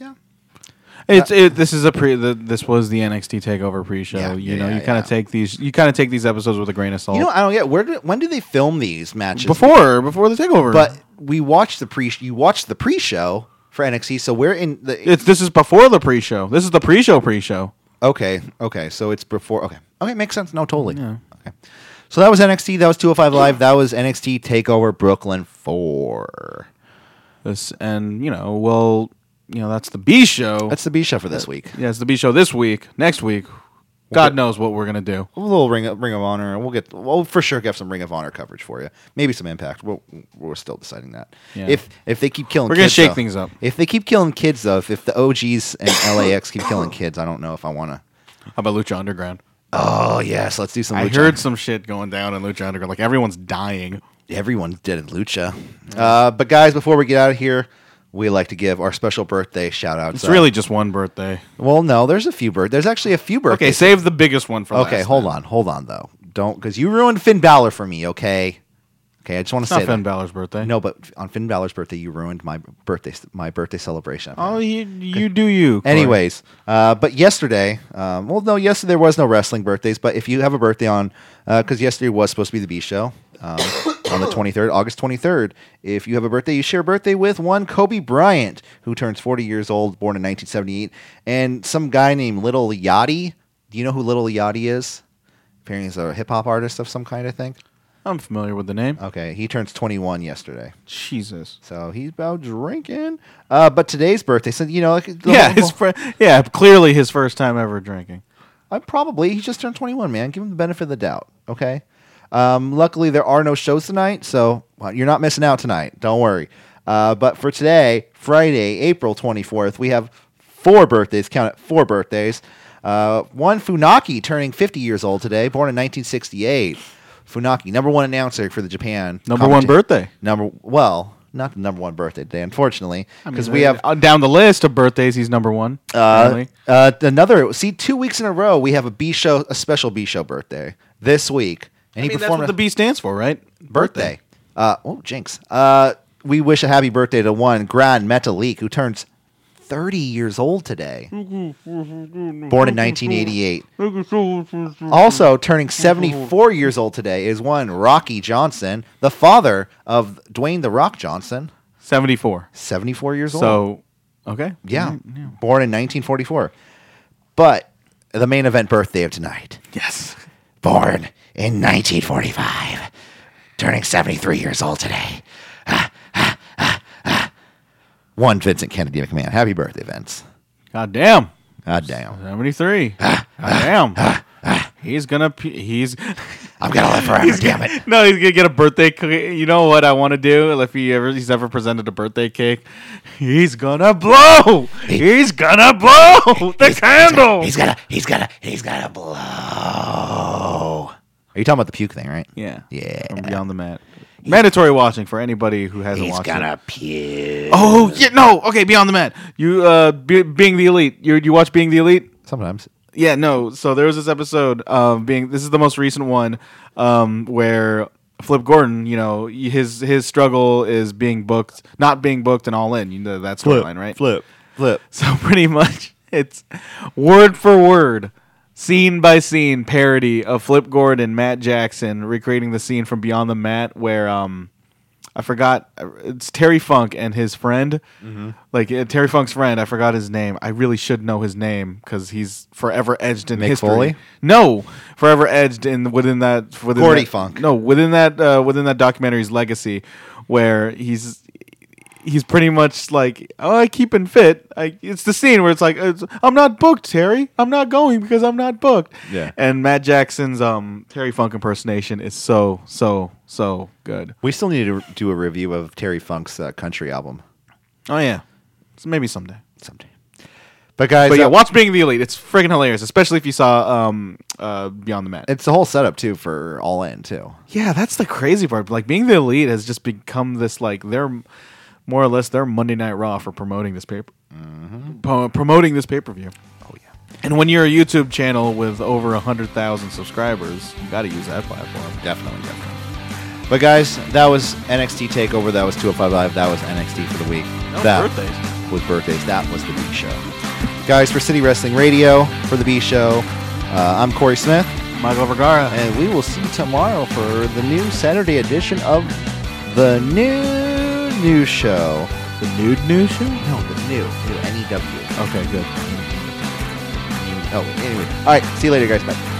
Speaker 2: Yeah. Uh,
Speaker 3: it's it. This is a pre. The, this was the NXT Takeover pre-show.
Speaker 2: Yeah,
Speaker 3: you
Speaker 2: yeah,
Speaker 3: know,
Speaker 2: yeah,
Speaker 3: you kind
Speaker 2: yeah.
Speaker 3: of take these. You kind of take these episodes with a grain of salt.
Speaker 2: You know, I don't get where. Do, when do they film these matches?
Speaker 3: before before the takeover,
Speaker 2: but we watched the pre. You watched the pre-show for NXT, so we're in the.
Speaker 3: it's this is before the pre-show. This is the pre-show pre-show.
Speaker 2: Okay, okay. So it's before. Okay, okay. Makes sense. No, totally. Okay. So that was NXT. That was 205 Live. That was NXT Takeover Brooklyn Four.
Speaker 3: This and you know, we'll you know that's the B show.
Speaker 2: That's the B show for this week.
Speaker 3: yeah, it's the B show this week. Next week, God knows what we're gonna do.
Speaker 2: We'll ring Ring of Honor, and we'll get we'll for sure get some Ring of Honor coverage for you. Maybe some Impact. We're, we're still deciding that.
Speaker 3: Yeah.
Speaker 2: If if they keep killing,
Speaker 3: We're gonna
Speaker 2: kids,
Speaker 3: shake
Speaker 2: though-
Speaker 3: things up.
Speaker 2: If they keep killing kids, though, if, if the OGs and LAX keep killing kids, I don't know if I want to.
Speaker 3: How about Lucha Underground?
Speaker 2: Oh yes, let's do some.
Speaker 3: I
Speaker 2: Lucha.
Speaker 3: heard some shit going down in Lucha Underground. Like everyone's dying.
Speaker 2: everyone's dead in Lucha. Uh, but guys, before we get out of here, we like to give our special birthday shout outs.
Speaker 3: It's really just one birthday.
Speaker 2: well, no, there's a few birth. There's actually a few
Speaker 3: Okay,
Speaker 2: birthdays.
Speaker 3: save the biggest one for last.
Speaker 2: okay, hold on, hold on though. Don't because you ruined Finn Balor for me. Okay, okay, I just want to
Speaker 3: It's not
Speaker 2: say that.
Speaker 3: Finn Balor's birthday.
Speaker 2: No, but on Finn Balor's birthday, you ruined my birthday my birthday celebration.
Speaker 3: Oh, you, you do you. Corey.
Speaker 2: Anyways, uh, but yesterday, um, well, no, yesterday there was no wrestling birthdays. But if you have a birthday on, because yesterday was supposed to be the B show um, on the 23rd, August 23rd. If you have a birthday, you share a birthday with one Kobe Bryant, who turns 40 years old, born in 1978, and some guy named Little Yachty. Do you know who Little Yachty is? Apparently, he's a hip hop artist of some kind. I think.
Speaker 3: I'm familiar with the name.
Speaker 2: Okay, he turns 21 yesterday.
Speaker 3: Jesus.
Speaker 2: So he's about drinking. Uh, but today's birthday, so you know, like, the
Speaker 3: Yeah,
Speaker 2: whole-
Speaker 3: his fr- yeah, clearly his first time ever drinking.
Speaker 2: I probably he just turned 21, man. Give him the benefit of the doubt, okay? Um, luckily, there are no shows tonight, so well, you're not missing out tonight. Don't worry. Uh, but for today, Friday, April 24th, we have four birthdays. Count it, four birthdays. Uh, one Funaki turning 50 years old today, born in 1968. Funaki, number one announcer for the Japan.
Speaker 3: Number one
Speaker 2: commenta-
Speaker 3: birthday.
Speaker 2: Number well, not the number one birthday today, unfortunately, because we have
Speaker 3: uh, down the list of birthdays, he's number one.
Speaker 2: uh,
Speaker 3: apparently.
Speaker 2: uh, another see two weeks in a row we have a B show a special B show birthday this week and
Speaker 3: I
Speaker 2: he
Speaker 3: mean, that's
Speaker 2: performed
Speaker 3: what
Speaker 2: a
Speaker 3: the B stands for, right?
Speaker 2: birthday. Uh, oh jinx! Uh, we wish a happy birthday to one Grand Metalik who turns thirty years old today, born in nineteen eighty eight. Also turning seventy four years old today is one Rocky Johnson, the father of Dwayne the Rock Johnson,
Speaker 3: Seventy-four.
Speaker 2: seventy four years old.
Speaker 3: So, okay.
Speaker 2: Yeah. Born in 1944. But the main event birthday of tonight.
Speaker 3: Yes.
Speaker 2: Born in 1945. Turning 73 years old today. Ah, ah, ah, ah. One Vincent Kennedy McMahon. Happy birthday, Vince.
Speaker 3: God damn.
Speaker 2: God damn.
Speaker 3: Seventy-three. God damn. He's gonna. P- he's.
Speaker 2: I'm going to live forever, damn it.
Speaker 3: No, he's gonna get a birthday. Cake. You know what I want to do? If he ever he's ever presented a birthday cake, he's gonna blow. He's gonna blow the candle.
Speaker 2: He's got to, he's got to, he's got to blow. Are you talking about the puke thing, right?
Speaker 3: yeah,
Speaker 2: Yeah.
Speaker 3: From beyond the mat. Mandatory watching for anybody who hasn't
Speaker 2: He's
Speaker 3: watched
Speaker 2: got
Speaker 3: it.
Speaker 2: to puke.
Speaker 3: Oh yeah, no. Okay, beyond the mat. You uh, be- being the elite. You you watch being the elite.
Speaker 2: Sometimes.
Speaker 3: Yeah, no. So there was this episode of being this is the most recent one um, where Flip Gordon, you know, his his struggle is being booked, not being booked, and all in. You know that storyline, right?
Speaker 2: Flip. Flip.
Speaker 3: So pretty much it's word for word, scene by scene parody of Flip Gordon, Matt Jackson recreating the scene from Beyond the Mat where um I forgot uh, it's Terry Funk and his friend.
Speaker 2: Mm-hmm.
Speaker 3: Like uh, Terry Funk's friend, I forgot his name. I really should know his name cuz he's forever edged in
Speaker 2: Mick
Speaker 3: history.
Speaker 2: Foley?
Speaker 3: No, forever edged in within that within
Speaker 2: Gordy
Speaker 3: that-
Speaker 2: Funk.
Speaker 3: No, within that uh, within that documentary's legacy where he's he's pretty much like, oh, I keep in fit. I, it's the scene where it's like, it's, I'm not booked, Terry. I'm not going because I'm not booked.
Speaker 2: Yeah.
Speaker 3: And Matt Jackson's um, Terry Funk impersonation is so so so good.
Speaker 2: We still need to do a review of Terry Funk's uh, country album
Speaker 3: Oh yeah, so maybe someday.
Speaker 2: someday. But guys,
Speaker 3: But yeah,
Speaker 2: uh,
Speaker 3: watch Being the Elite. It's friggin' hilarious, especially if you saw um, uh, Beyond the Mat.
Speaker 2: it's the whole setup too for All In too.
Speaker 3: yeah, that's the crazy part. Like Being the Elite has just become this like they're more or less their Monday Night Raw for promoting this paper, po- promoting this pay per view.
Speaker 2: Mm-hmm. Oh yeah,
Speaker 3: And when you're a YouTube channel with over 100,000 subscribers, you got to use that platform.
Speaker 2: definitely, definitely. But guys, that was NXT Takeover. That was 205 Live. That was NXT for the week.
Speaker 3: was
Speaker 2: that
Speaker 3: birthdays.
Speaker 2: was birthdays. That was the B Show. Guys, for City Wrestling Radio, for the B Show, uh, I'm Corey Smith,
Speaker 3: Michael Vergara.
Speaker 2: and we will see you tomorrow for the new Saturday edition of the new new show.
Speaker 3: the nude news show?
Speaker 2: No, the new new N E W.
Speaker 3: Okay, good.
Speaker 2: Oh, anyway. All right. See you later, guys. Bye.